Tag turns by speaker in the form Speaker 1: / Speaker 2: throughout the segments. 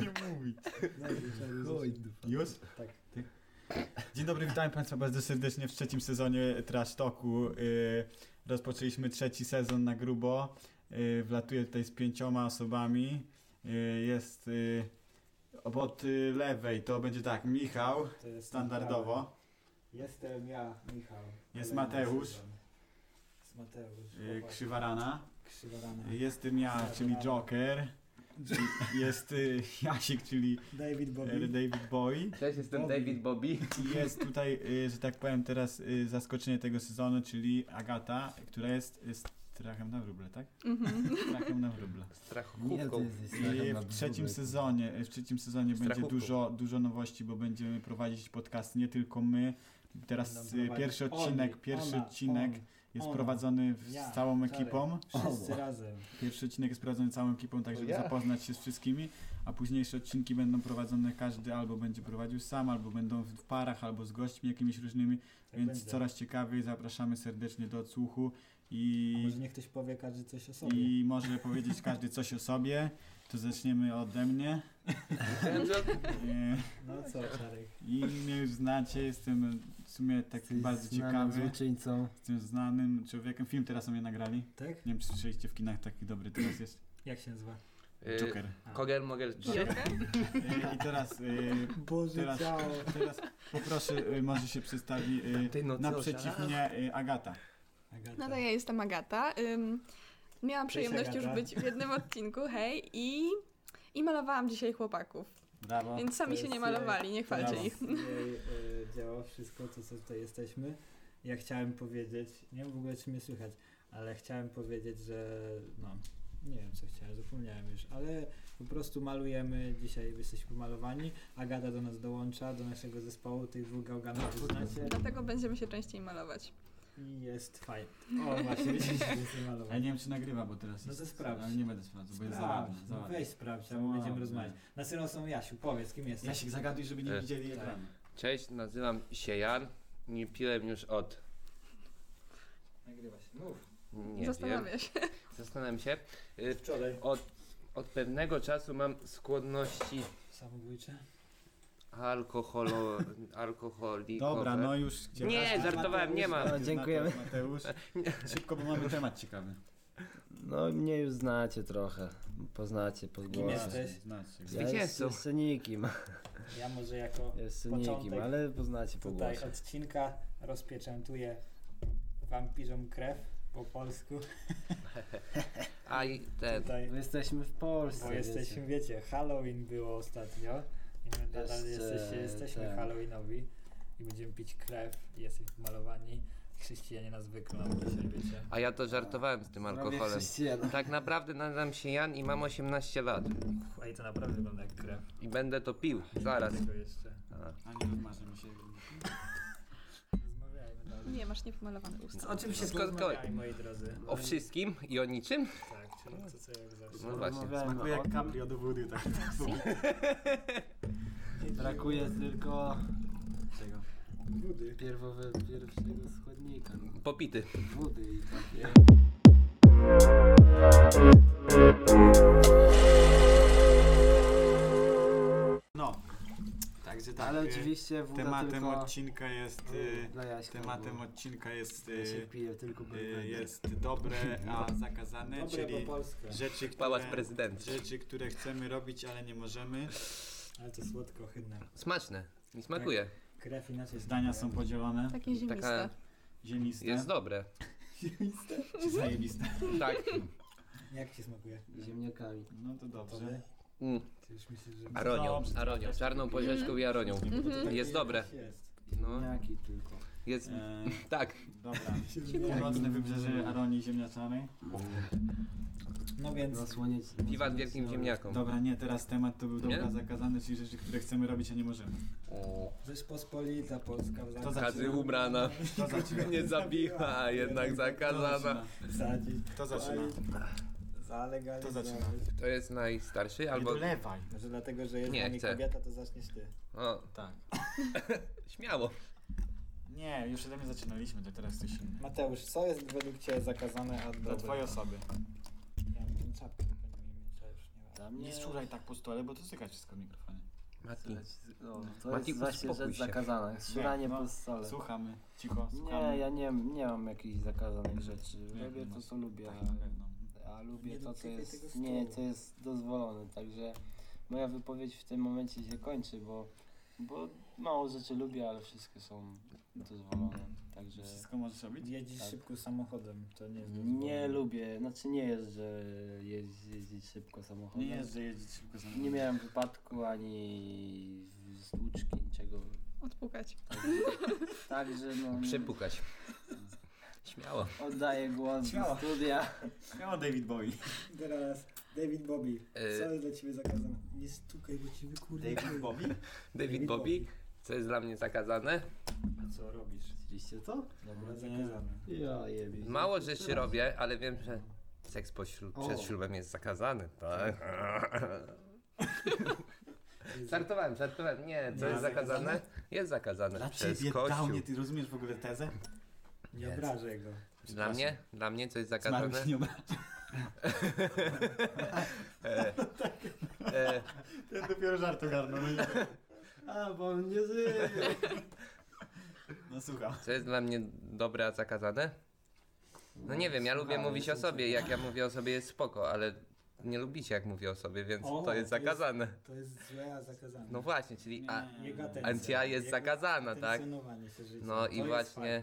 Speaker 1: nie mówić.
Speaker 2: Oj, dupa.
Speaker 1: Już?
Speaker 2: Tak.
Speaker 1: Dzień dobry, witam Państwa bardzo serdecznie w trzecim sezonie Trash Talku. Yy, rozpoczęliśmy trzeci sezon na grubo. Yy, wlatuję tutaj z pięcioma osobami. Yy, jest yy, od yy, lewej, to będzie tak, Michał,
Speaker 2: To jest
Speaker 1: standardowo.
Speaker 2: Jestem ja, Michał.
Speaker 1: Jest
Speaker 2: Kolejny
Speaker 1: Mateusz.
Speaker 2: sezon. Jest Mateusz.
Speaker 1: Yy,
Speaker 2: chłopak.
Speaker 1: Krzywarana.
Speaker 2: Krzywa rana.
Speaker 1: Jestem ja, czyli Joker. Jest yy, Jasiek, czyli
Speaker 2: David
Speaker 1: yy,
Speaker 2: Bowie.
Speaker 1: David Boy.
Speaker 3: Cześć, jestem
Speaker 2: Bobby.
Speaker 3: David Bobby.
Speaker 1: I Jest tutaj, y, że tak powiem, teraz y, zaskoczenie tego sezonu, czyli Agata, która jest y, strachem na wróble, tak? Strachem na wróble.
Speaker 3: Strachówką.
Speaker 1: I w trzecim sezonie, y, w trzecim sezonie będzie
Speaker 3: Strachówką.
Speaker 1: dużo, dużo nowości, bo będziemy prowadzić podcast nie tylko my. Teraz
Speaker 2: Będą
Speaker 1: y,
Speaker 2: prowadzić
Speaker 1: pierwszy
Speaker 2: oni,
Speaker 1: odcinek, pierwszy
Speaker 2: ona,
Speaker 1: odcinek
Speaker 2: on.
Speaker 1: jest
Speaker 2: ona,
Speaker 1: prowadzony w-
Speaker 2: ja,
Speaker 1: z całą
Speaker 2: Czarek.
Speaker 1: ekipą.
Speaker 2: Wszyscy razem.
Speaker 1: Pierwszy odcinek jest prowadzony całą ekipą, tak
Speaker 2: No
Speaker 3: To
Speaker 1: żeby
Speaker 3: ja.
Speaker 1: zapoznać się z wszystkimi, a późniejsze odcinki będą prowadzone każdy albo będzie prowadził sam, albo będą w parach, albo z gośćmi jakimiś różnymi,
Speaker 2: Tak
Speaker 1: więc
Speaker 2: będzie.
Speaker 1: coraz ciekawiej zapraszamy serdecznie do odsłuchu
Speaker 2: A
Speaker 1: i,
Speaker 2: może niech ktoś powie każdy coś o sobie.
Speaker 1: i może powiedzieć każdy coś o sobie. To zaczniemy ode mnie. E,
Speaker 2: No co, Czarek?
Speaker 1: I mnie już znacie, jestem w sumie taki bardzo ciekawy,
Speaker 4: Złoczyńcą.
Speaker 1: jestem znanym człowiekiem. Film teraz o mnie nagrali.
Speaker 2: Tak?
Speaker 1: Nie wiem, czy słyszeliście w kinach taki dobry teraz jest.
Speaker 2: Jak się nazywa?
Speaker 3: Y,
Speaker 1: Joker.
Speaker 3: Kogel Mogel trzy.
Speaker 1: E, I teraz e,
Speaker 2: Boże
Speaker 1: Teraz-
Speaker 2: ciało.
Speaker 1: Teraz poproszę, y, może się przedstawi
Speaker 2: Tak,
Speaker 1: y,
Speaker 3: Tamtej
Speaker 2: no
Speaker 3: nocy
Speaker 1: naprzeciw
Speaker 3: oszalał.
Speaker 1: mnie y, Agata.
Speaker 2: Agata.
Speaker 5: No to ja jestem Agata. Ym, miałam
Speaker 2: Cześć,
Speaker 5: przyjemność
Speaker 2: Agata.
Speaker 5: już być w jednym odcinku, hej, i, i malowałam dzisiaj chłopaków,
Speaker 1: Brawo.
Speaker 5: więc sami
Speaker 2: to
Speaker 5: się nie
Speaker 2: jest,
Speaker 5: malowali, nie
Speaker 2: To
Speaker 5: chwalcie
Speaker 1: brawo.
Speaker 5: ich.
Speaker 2: nas Jej, e, działa wszystko, to co tutaj jesteśmy. Ja chciałem powiedzieć, nie wiem w ogóle czy mnie słychać, ale chciałem powiedzieć, że no, nie wiem co chciałem, zapomniałem już, ale po prostu malujemy, dzisiaj jesteśmy malowani, Agata do nas dołącza, do naszego zespołu, tych dwóch gałganów już znacie
Speaker 5: Dlatego będziemy się częściej malować.
Speaker 2: i jest fajnie. O właśnie, widzicie, że jestem
Speaker 1: A ja
Speaker 2: malowany.
Speaker 1: nie wiem, czy nagrywa, bo teraz
Speaker 2: No
Speaker 1: jest...
Speaker 2: to sprawdź.
Speaker 1: Ale nie będę sprawdzał, bo jest za
Speaker 2: Sprawdź,
Speaker 1: ładny. Za ładny.
Speaker 2: weź sprawdź,
Speaker 1: Za
Speaker 2: a my będziemy
Speaker 1: ładny.
Speaker 2: rozmawiać. Na serio są Jasiu, powiedz kim jesteś.
Speaker 1: Jasiek, zagaduj, żeby nie
Speaker 3: E.
Speaker 1: widzieli
Speaker 2: Tak.
Speaker 1: ekranu.
Speaker 3: Cześć, nazywam się Jan. Nie piłem już od...
Speaker 2: Nagrywa się, mów.
Speaker 3: Nie wiem.
Speaker 5: Zastanawiam się.
Speaker 3: Zastanawiam się. Y,
Speaker 2: Wczoraj.
Speaker 3: Od, od pewnego czasu mam skłonności
Speaker 2: Samobójcze.
Speaker 3: alkoholo, alkoholikowe.
Speaker 1: Dobra, no już... gdzie-
Speaker 3: Nie,
Speaker 1: Mateusz,
Speaker 3: żartowałem, nie ma.
Speaker 1: Mateusz,
Speaker 4: No, dziękujemy.
Speaker 1: Mateusz, szybko, bo mamy temat ciekawy.
Speaker 4: No mnie już znacie trochę. Poznacie po
Speaker 2: Kim
Speaker 4: głosie.
Speaker 2: jesteś?
Speaker 1: Znacie.
Speaker 4: Ja jest,
Speaker 3: Zwycięzcą.
Speaker 4: jeszcze nikim.
Speaker 2: Ja może jako
Speaker 4: Jeszcze
Speaker 2: Początek
Speaker 4: nikim, ale poznacie po
Speaker 2: tutaj
Speaker 4: głosie.
Speaker 2: odcinka rozpieczętuję wampirzom krew po polsku.
Speaker 3: A i ten...
Speaker 2: Tutaj,
Speaker 4: Bo jesteśmy w Polsce.
Speaker 2: bo
Speaker 4: wiecie.
Speaker 2: jesteśmy, wiecie, Halloween było ostatnio i my nadal
Speaker 4: Jeszcze,
Speaker 2: jesteście, jesteśmy
Speaker 4: tak.
Speaker 2: Halloweenowi i będziemy pić krew i jesteśmy malowani. Chrześcijanie nas wyklą dzisiaj, wiecie.
Speaker 3: A ja to żartowałem z tym
Speaker 4: Robię
Speaker 3: alkoholem.
Speaker 4: chrześcijan.
Speaker 3: Tak naprawdę nazywam się Jan i mam 18 lat.
Speaker 2: Ej, to naprawdę wygląda jak krew.
Speaker 3: I będę to pił. Zaraz.
Speaker 2: Tego jeszcze.
Speaker 3: A.
Speaker 1: A nie rozmarzymy się.
Speaker 2: Rozmawiajmy dalej.
Speaker 5: Nie, masz niepomalowane usta.
Speaker 2: O czym się
Speaker 3: Skąd-
Speaker 2: rozmawiaj, moi drodzy.
Speaker 3: O wszystkim i o niczym?
Speaker 2: Tak, czyli to co jak zawsze.
Speaker 3: No właśnie.
Speaker 4: Rozmawiamy
Speaker 1: Smakuje
Speaker 4: o
Speaker 1: jak
Speaker 4: tym.
Speaker 1: capri od wody, tak.
Speaker 4: Brakuje tylko
Speaker 1: Czego?
Speaker 2: Budy.
Speaker 4: pierwowe, pierwszego składnika.
Speaker 3: Popity.
Speaker 4: Wody i takie.
Speaker 1: No. Także tak.
Speaker 4: Ale
Speaker 1: y,
Speaker 4: oczywiście woda
Speaker 1: Tematem
Speaker 4: tylko
Speaker 1: odcinka jest... y,
Speaker 4: dla Jaśka.
Speaker 1: Tematem
Speaker 4: bo
Speaker 1: odcinka jest...
Speaker 4: ja się
Speaker 1: y,
Speaker 4: piję tylko
Speaker 3: No
Speaker 1: Y,
Speaker 4: bourbon.
Speaker 1: jest dobre, a zakazane,
Speaker 2: Dobre
Speaker 1: No, czyli
Speaker 2: po polsku.
Speaker 1: rzeczy
Speaker 3: Pałac
Speaker 1: które,
Speaker 3: prezydenta.
Speaker 1: rzeczy, które chcemy robić, ale nie możemy.
Speaker 2: Ale to słodko, chydne.
Speaker 3: Smaczne. Mi smakuje.
Speaker 2: Krew inaczej
Speaker 1: Zdania są
Speaker 2: smakuje.
Speaker 1: podzielone.
Speaker 5: Takie ziemiste.
Speaker 1: Ziemiste.
Speaker 3: Tak. Jest dobre.
Speaker 1: Czy zajebiste?
Speaker 3: Tak.
Speaker 2: Jak ci smakuje?
Speaker 4: Ziemniakami.
Speaker 1: No to dobrze.
Speaker 2: Tobie?
Speaker 3: Mm.
Speaker 2: Ty już myślisz, że...
Speaker 3: Aronią.
Speaker 1: Dobrze,
Speaker 3: Aronią.
Speaker 1: dobrze.
Speaker 3: Czarną poziaczką i aronią.
Speaker 2: Takie
Speaker 3: Jest dobre.
Speaker 2: jakieś Jest.
Speaker 3: No.
Speaker 4: Ziemniaki tylko.
Speaker 3: Jest.
Speaker 1: E,
Speaker 3: Tak.
Speaker 1: dobra.
Speaker 2: Jak-
Speaker 1: Północne wybrzeże Aronii Ziemniaczanej.
Speaker 2: No więc...
Speaker 4: Zasłonić.
Speaker 3: Piwat wielkim ziemniakom.
Speaker 1: Dobra, nie, teraz temat to był
Speaker 3: Nie?
Speaker 1: dobra zakazane, czyli rzeczy, które chcemy robić, a nie możemy.
Speaker 3: O.
Speaker 2: Rzeczpospolita Polska w
Speaker 1: To za-
Speaker 3: Kazy ubrana.
Speaker 1: Kto zaczyna?
Speaker 3: Nie zabiła, a jednak
Speaker 1: Kto
Speaker 3: zakazana.
Speaker 1: zaczyna?
Speaker 2: Zadzić.
Speaker 1: Kto zaczyna?
Speaker 2: Zalegalizować.
Speaker 1: To zaczyna.
Speaker 3: To jest najstarszy
Speaker 1: Nie
Speaker 3: albo.
Speaker 1: Tak, dolewaj.
Speaker 2: Może dlatego, że jest
Speaker 3: Nie
Speaker 2: na niej
Speaker 3: chcę.
Speaker 2: kobieta, to zaczniesz ty.
Speaker 3: O,
Speaker 1: Tak.
Speaker 3: śmiało.
Speaker 1: Nie, już ode mnie zaczynaliśmy, to teraz coś innego.
Speaker 2: Mateusz, co jest według ciebie zakazane, a dobre?
Speaker 1: Dla twojej osoby.
Speaker 2: Ja mam czapkę, tylko nie miałem mieć, a już nie ma.
Speaker 6: Tam
Speaker 1: Nie szuraj tak po stole, bo to styka wszystko w mikrofonie.
Speaker 3: Mati.
Speaker 6: No, to
Speaker 3: Mati,
Speaker 6: jest właśnie
Speaker 3: uspokój
Speaker 6: rzecz
Speaker 3: się.
Speaker 6: zakazana. Szuranie
Speaker 1: no,
Speaker 6: po stole.
Speaker 1: Słuchamy, cicho, słuchamy.
Speaker 6: Nie, ja nie, nie mam jakichś zakazanych rzeczy.
Speaker 1: Nie,
Speaker 6: Robię
Speaker 1: nie
Speaker 6: to,
Speaker 1: masz.
Speaker 6: co lubię.
Speaker 1: Tak, na pewno.
Speaker 6: a lubię
Speaker 2: Nie
Speaker 6: to, co
Speaker 2: dotykaj tego
Speaker 6: jest,
Speaker 2: stołu.
Speaker 6: nie, co jest dozwolone. Także moja wypowiedź w tym momencie się kończy, bo, bo mało rzeczy lubię, ale wszystkie są dozwolone. Także
Speaker 1: Wszystko możesz robić?
Speaker 2: Jedzisz
Speaker 6: Tak.
Speaker 2: szybko samochodem, to nie jest
Speaker 6: nie
Speaker 2: dozwolone.
Speaker 6: lubię, znaczy nie jest, że jeździ, jeździć szybko samochodem.
Speaker 1: Nie jest, że jeździć szybko za
Speaker 6: Nie miałem wypadku ani stłuczki, niczego.
Speaker 5: Odpukać.
Speaker 6: Także no,
Speaker 3: Przepukać. Śmiało.
Speaker 6: oddaję głos
Speaker 1: Śmiało.
Speaker 6: do studia.
Speaker 1: O, David Bowie.
Speaker 2: Teraz David Bobby,
Speaker 3: E,
Speaker 2: co jest dla ciebie zakazane? Nie stukaj, bo ci wykurwę.
Speaker 1: David Bowie?
Speaker 3: David Bobby, co jest dla mnie zakazane?
Speaker 2: Co robisz?
Speaker 6: Widzieliście to?
Speaker 2: Dobra, zakazane.
Speaker 6: Ja jebiście.
Speaker 3: Mało rzeczy robię, ale wiem, że seks pośród,
Speaker 6: O.
Speaker 3: przed ślubem jest zakazany. Tak. Żartowałem, żartowałem. Nie,
Speaker 1: Nie,
Speaker 3: co jest
Speaker 1: zakazane?
Speaker 3: zakazane? Jest zakazane
Speaker 1: Dla
Speaker 3: przez
Speaker 1: ciebie dał
Speaker 3: kościół.
Speaker 1: mnie, ty rozumiesz w ogóle tezę?
Speaker 2: Nie
Speaker 3: Jest.
Speaker 2: obrażaj go.
Speaker 3: Dla mnie? Dla mnie coś
Speaker 1: Zmarł
Speaker 3: zakazane?
Speaker 1: się nie obraża.
Speaker 3: E, e,
Speaker 1: Ten dopiero żart ogarnął. no nie.
Speaker 6: A, bo on nie żyje.
Speaker 1: No słucham.
Speaker 3: co jest dla mnie dobre, a zakazane? No nie wiem, ja lubię mówić o sobie. Jak ja mówię o sobie jest spoko, ale nie lubicie jak mówię o sobie, więc
Speaker 2: O,
Speaker 3: to
Speaker 2: to
Speaker 3: jest
Speaker 2: jest-
Speaker 3: zakazane.
Speaker 2: To jest złe, a zakazane.
Speaker 3: No właśnie, czyli a,
Speaker 1: Nie.
Speaker 2: Jego atencja.
Speaker 3: ancja jest
Speaker 2: Jego
Speaker 3: zakazana, tak?
Speaker 2: atencjonowanie się życia.
Speaker 3: No
Speaker 2: To
Speaker 3: i
Speaker 2: jest
Speaker 3: właśnie,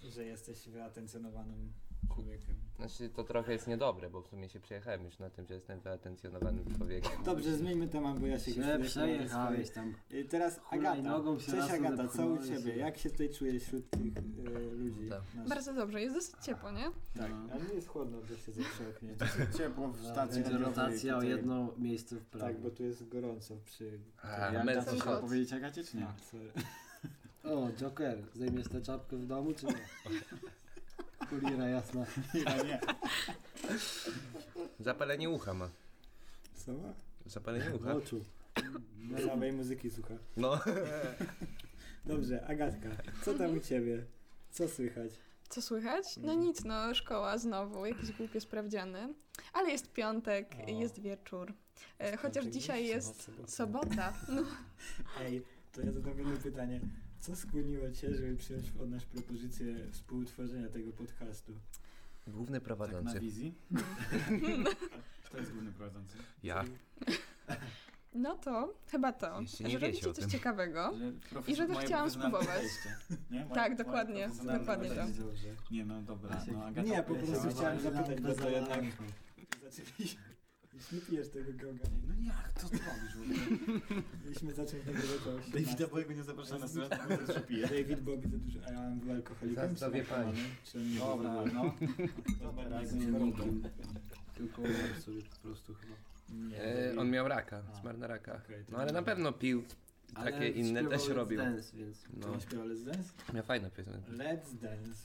Speaker 2: fakt, że jesteś wyatencjonowanym człowiekiem.
Speaker 3: znaczy to trochę jest niedobre, bo w sumie się przejechałem już na tym, że jestem wyatencjonowanym człowiekiem.
Speaker 2: Dobrze, zmieńmy temat, bo ja się
Speaker 6: Źle
Speaker 2: już-
Speaker 6: przejechałeś tam.
Speaker 2: Y, Teraz
Speaker 6: Hulaj
Speaker 2: Agata.
Speaker 6: nogą się
Speaker 2: Cześć
Speaker 6: raz
Speaker 2: Agata, co u
Speaker 6: odepchnąłeś
Speaker 2: ciebie?
Speaker 6: i-
Speaker 2: Jak się tutaj czujesz wśród tych y, ludzi?
Speaker 3: Tak.
Speaker 2: Nas-
Speaker 5: Bardzo dobrze, jest dosyć ciepło, nie?
Speaker 2: Tak,
Speaker 6: No.
Speaker 2: ale nie jest chłodno, bo się zaprzepnie.
Speaker 6: Tak.
Speaker 1: Ciepło w stacji.
Speaker 6: Będzie rotacja o
Speaker 2: tutaj-
Speaker 6: jedno miejsce w prawo.
Speaker 2: Tak, bo tu jest gorąco przy...
Speaker 3: A,
Speaker 1: Ja
Speaker 3: męski
Speaker 1: chcę
Speaker 5: kot.
Speaker 1: powiedzieć Agacie, czy nie?
Speaker 2: A, sorry.
Speaker 6: O, Joker, zdejmiesz tę czapkę w domu, czy nie? Kulira jasna.
Speaker 1: Ja nie.
Speaker 3: Zapalenie ucha ma.
Speaker 2: Co ma?
Speaker 3: Zapalenie
Speaker 6: W
Speaker 3: ucha.
Speaker 2: No.
Speaker 6: oczu.
Speaker 2: Na samej muzyki słucha.
Speaker 3: No.
Speaker 2: Dobrze, Agatka, co tam u ciebie? Co słychać?
Speaker 5: Co słychać? No nic, no szkoła znowu, jakieś głupie sprawdziany. Ale jest piątek,
Speaker 2: O.
Speaker 5: jest wieczór. E, Chociaż
Speaker 2: Piątek
Speaker 5: dzisiaj
Speaker 2: już?
Speaker 5: jest
Speaker 2: Sobota.
Speaker 5: sobota. No,
Speaker 2: Ej, to ja zadam jedno pytanie. Co skłoniło cię, żeby przyjąć od nas propozycję współtworzenia tego podcastu?
Speaker 3: Główny
Speaker 1: Tak na
Speaker 3: prowadzący.
Speaker 1: wizji? Kto jest główny prowadzący?
Speaker 3: Ja.
Speaker 5: no to chyba to,
Speaker 3: Jeszcze nie
Speaker 5: że
Speaker 3: wiecie
Speaker 5: robicie
Speaker 3: o
Speaker 5: coś
Speaker 3: tym.
Speaker 5: ciekawego.
Speaker 1: Że
Speaker 5: I że
Speaker 1: profesor-
Speaker 5: też
Speaker 1: moje profesjonalne
Speaker 5: chciałam spróbować.
Speaker 1: podejście, nie? Moje-
Speaker 5: Tak,
Speaker 1: moje
Speaker 5: dokładnie,
Speaker 1: profesjonalne
Speaker 5: dokładnie
Speaker 1: podejście.
Speaker 5: tak.
Speaker 2: Dobrze.
Speaker 1: Nie no, dobra, no Agata.
Speaker 2: Nie, po prostu
Speaker 1: powiedziała,
Speaker 2: chciałem
Speaker 1: że-
Speaker 6: tak,
Speaker 2: zapytać, bo to jednak...
Speaker 6: Lampą.
Speaker 2: Zaczęliśmy... Już nie pijesz tego goga.
Speaker 1: No jak, to ty robisz w ogóle?
Speaker 2: Mieliśmy zacząć nagrywać o 18.
Speaker 1: Davida Bowiego nie zapraszam na stronę, bo też pije.
Speaker 2: David Bobby to dużo, a ja był alkoholikiem.
Speaker 3: Zaraz dowie
Speaker 2: czy narkomanem? Czy on nie był
Speaker 1: Dobra, no. Dobra,
Speaker 6: Razem
Speaker 1: nie
Speaker 6: z
Speaker 1: warunkiem.
Speaker 6: nikim. Tylko umarł sobie po prostu chyba.
Speaker 2: Nie,
Speaker 3: E,
Speaker 2: David-
Speaker 3: on miał raka,
Speaker 2: A.
Speaker 3: zmarł na raka.
Speaker 2: Okej, to
Speaker 3: No ale
Speaker 2: nie
Speaker 3: na
Speaker 2: wiem.
Speaker 3: pewno pił i takie
Speaker 6: Ale
Speaker 3: inne
Speaker 6: śpiewał
Speaker 3: też
Speaker 6: Let's
Speaker 3: robił.
Speaker 6: Dance, więc
Speaker 2: To
Speaker 3: No,
Speaker 2: nie śpiewał Let's Dance?
Speaker 3: miał fajną piosenkę.
Speaker 2: Let's Dance.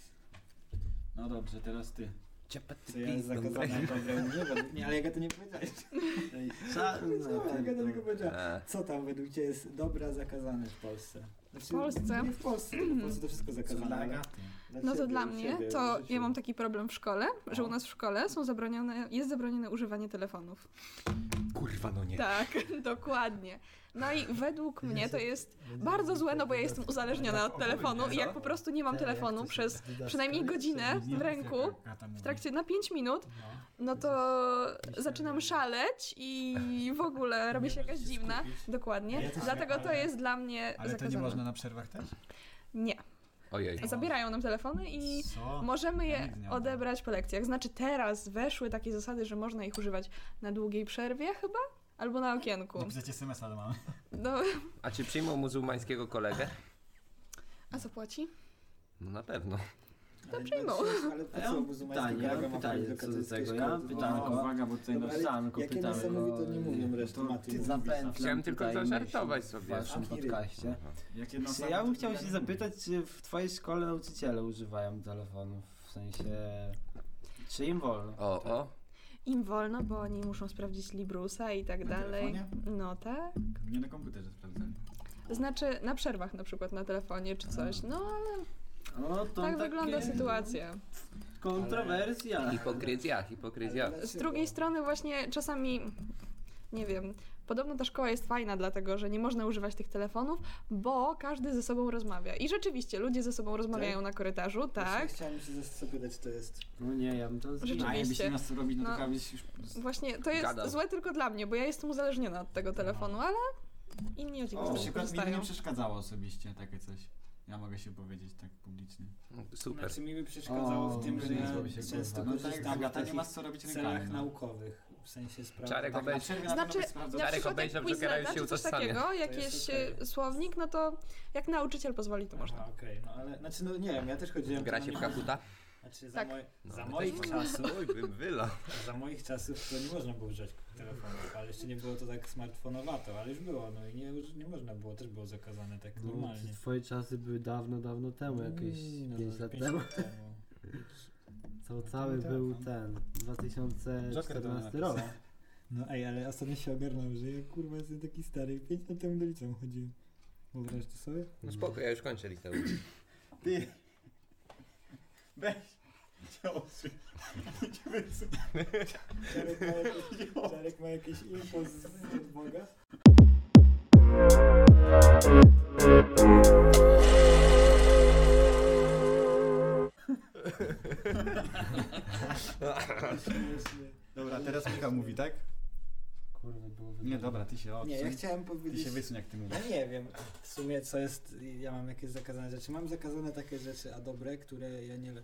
Speaker 1: No dobrze, teraz ty.
Speaker 2: Co ja jest zakazane dobre nie, bo- nie, ale Aga to nie powiedziałeś.
Speaker 6: no
Speaker 2: Co, Aga to No, tylko powiedziała.
Speaker 3: A,
Speaker 2: Co tam według Ciebie jest dobra zakazane w Polsce? Znaczy,
Speaker 5: W Polsce?
Speaker 2: Nie w Polsce, bo w Polsce to wszystko zakazane. ale dla
Speaker 5: No to
Speaker 2: ciebie,
Speaker 5: dla
Speaker 2: u
Speaker 5: mnie,
Speaker 2: ciebie,
Speaker 5: to
Speaker 2: w życiu.
Speaker 5: ja mam taki problem w szkole, że
Speaker 2: O.
Speaker 5: u nas w szkole są zabronione, jest zabronione używanie telefonów.
Speaker 3: Kurwa no nie.
Speaker 5: Tak, dokładnie. No i według mnie to jest bardzo złe, no bo ja jestem uzależniona od telefonu i jak po prostu nie mam telefonu przez przynajmniej godzinę w ręku, w trakcie na 5 minut, no to zaczynam szaleć i w ogóle robię się jakaś dziwna.
Speaker 1: Ja
Speaker 5: Dokładnie.
Speaker 1: też nie,
Speaker 5: Dlatego to
Speaker 1: ale-
Speaker 5: jest dla mnie
Speaker 1: Ale to nie
Speaker 5: zakazane.
Speaker 1: można na przerwach też?
Speaker 5: Nie.
Speaker 3: Ojej.
Speaker 5: Zabierają nam telefony i
Speaker 1: Co?
Speaker 5: Możemy
Speaker 1: Ja
Speaker 5: je
Speaker 1: nigdy nie mam.
Speaker 5: odebrać po lekcjach. Znaczy teraz weszły takie zasady, że można ich używać na długiej przerwie chyba? Albo na okienku.
Speaker 1: Napisać SMS-a do mamy.
Speaker 5: No,
Speaker 3: A czy przyjmą muzułmańskiego kolegę?
Speaker 5: a co płaci?
Speaker 3: No na pewno.
Speaker 2: Ale dla
Speaker 5: przyjmą.
Speaker 2: ciebie, Ale po
Speaker 6: Ja
Speaker 2: co
Speaker 6: mam
Speaker 2: muzułmański
Speaker 6: E, pytanie, ja
Speaker 2: kolega
Speaker 6: mam
Speaker 2: ma
Speaker 6: pytanie
Speaker 2: chodzić
Speaker 6: co do
Speaker 2: katolickiej
Speaker 6: tego,
Speaker 2: szkoły?
Speaker 6: ja mam
Speaker 2: No,
Speaker 6: pytanie.
Speaker 2: no,
Speaker 6: Uwaga,
Speaker 1: bo tutaj
Speaker 2: no,
Speaker 6: nas
Speaker 2: ale
Speaker 6: Sanko
Speaker 2: Jakie
Speaker 6: pytamy,
Speaker 2: niesamowite
Speaker 6: bo-
Speaker 2: nie mówią reszty, no.
Speaker 1: To
Speaker 2: Maty.
Speaker 1: ty
Speaker 2: mówi.
Speaker 6: Zapętlam
Speaker 3: Chciałem tylko
Speaker 6: tutaj myśl
Speaker 3: zażartować
Speaker 6: w
Speaker 3: sobie.
Speaker 6: waszym
Speaker 2: Szampiry.
Speaker 6: podcaście.
Speaker 1: Jak jedną
Speaker 6: Ja, ja bym chciał się zapytać, czy w twojej szkole nauczyciele używają telefonów? W sensie, czy im wolno?
Speaker 3: O, o.
Speaker 5: Im wolno, bo oni muszą sprawdzić Librusa i tak
Speaker 1: Na
Speaker 5: dalej.
Speaker 1: telefonie?
Speaker 5: No tak.
Speaker 1: Nie na komputerze sprawdzali.
Speaker 5: Znaczy na przerwach na przykład na telefonie czy coś. No ale
Speaker 6: No to
Speaker 5: tak wygląda
Speaker 6: takie
Speaker 5: sytuacja.
Speaker 6: Kontrowersja.
Speaker 3: Hipokryzja, hipokryzja.
Speaker 2: Ale
Speaker 5: Z drugiej strony właśnie czasami nie wiem. Podobno ta szkoła jest fajna, dlatego że nie można używać tych telefonów, bo każdy ze sobą rozmawia. I rzeczywiście ludzie ze sobą rozmawiają na korytarzu, tak.
Speaker 2: Chciałem się zapytać, czy to jest
Speaker 4: No nie, ja bym to
Speaker 5: Rzeczywiście.
Speaker 4: zrobił.
Speaker 5: jakby się nas
Speaker 1: to robić,
Speaker 5: no to No.
Speaker 1: no.
Speaker 5: Właśnie to jest
Speaker 3: Gadam.
Speaker 5: złe tylko dla mnie, bo ja jestem uzależniona od tego telefonu, ale inni ludzie
Speaker 1: Na
Speaker 5: też
Speaker 1: przykład mi by
Speaker 5: korzystają.
Speaker 1: nie przeszkadzało osobiście takie coś. Ja mogę się powiedzieć tak publicznie.
Speaker 3: Super.
Speaker 2: Znaczy mi by przeszkadzało
Speaker 4: O,
Speaker 2: w tym, że
Speaker 4: nie
Speaker 2: ja
Speaker 4: zrobi się
Speaker 2: często
Speaker 1: No tak,
Speaker 2: korzystam
Speaker 1: Agata
Speaker 2: w
Speaker 1: nie
Speaker 2: takich
Speaker 1: masz co robić
Speaker 2: celach
Speaker 1: rękami. no.
Speaker 2: naukowych, w sensie spraw.
Speaker 3: Czarek
Speaker 1: Tak, na
Speaker 3: obejrzy.
Speaker 1: przerwie na pewno
Speaker 5: Znaczy,
Speaker 1: byś sprawdzał.
Speaker 5: na
Speaker 3: Darek
Speaker 5: przykład jak
Speaker 3: obejrzał Jokera i
Speaker 5: Quizleta
Speaker 3: się
Speaker 5: czy coś
Speaker 3: utożsamia.
Speaker 5: takiego,
Speaker 2: jest
Speaker 5: jakiś
Speaker 2: okej.
Speaker 5: e, słownik, no to jak nauczyciel pozwoli, to można.
Speaker 2: Aha, Okej, no ale, znaczy no nie wiem, ja też chodziłem...
Speaker 3: Gra
Speaker 2: to
Speaker 3: się w
Speaker 2: na nie-
Speaker 3: kakuta?
Speaker 2: Znaczy za,
Speaker 5: Tak.
Speaker 2: moj,
Speaker 3: No,
Speaker 2: za
Speaker 3: ale
Speaker 2: moich
Speaker 3: też
Speaker 2: czasów,
Speaker 3: Oj, bym wylał.
Speaker 2: za moich czasów to nie można było używać telefonów, ale jeszcze nie było to tak smartfonowato, ale już było, no i nie, już nie można było, też było zakazane tak
Speaker 6: No,
Speaker 2: normalnie.
Speaker 6: twoje czasy były dawno, dawno temu, jakieś
Speaker 1: no
Speaker 2: Mm,
Speaker 6: 5 lat
Speaker 2: pięć
Speaker 6: temu.
Speaker 2: temu.
Speaker 6: To cały był ten,
Speaker 1: Joker do mnie
Speaker 6: 2014 rok.
Speaker 1: napisał.
Speaker 2: No ej, ale ostatnio się ogarnąłem, że ja kurwa jestem taki stary, 5 lat temu do liceum chodziłem. Wyobraź to sobie?
Speaker 3: No spoko, ja już kończę listę.
Speaker 1: Ty. Weź. Ciosy.
Speaker 2: Czarek ma, jakieś, Czarek ma jakiś impuls z- od Boga? Śmiesznie.
Speaker 1: Dobra, teraz Michał mówi, tak?
Speaker 6: Kurwa, było
Speaker 1: Nie, dobra, ty się odsuń.
Speaker 2: Nie, ja chciałem
Speaker 1: Ty
Speaker 2: powiedzieć...
Speaker 1: się wysuń, jak ty mówisz.
Speaker 2: Ja nie wiem w sumie co jest, ja mam jakieś zakazane rzeczy. Mam zakazane takie rzeczy, a dobre, które ja nie... le-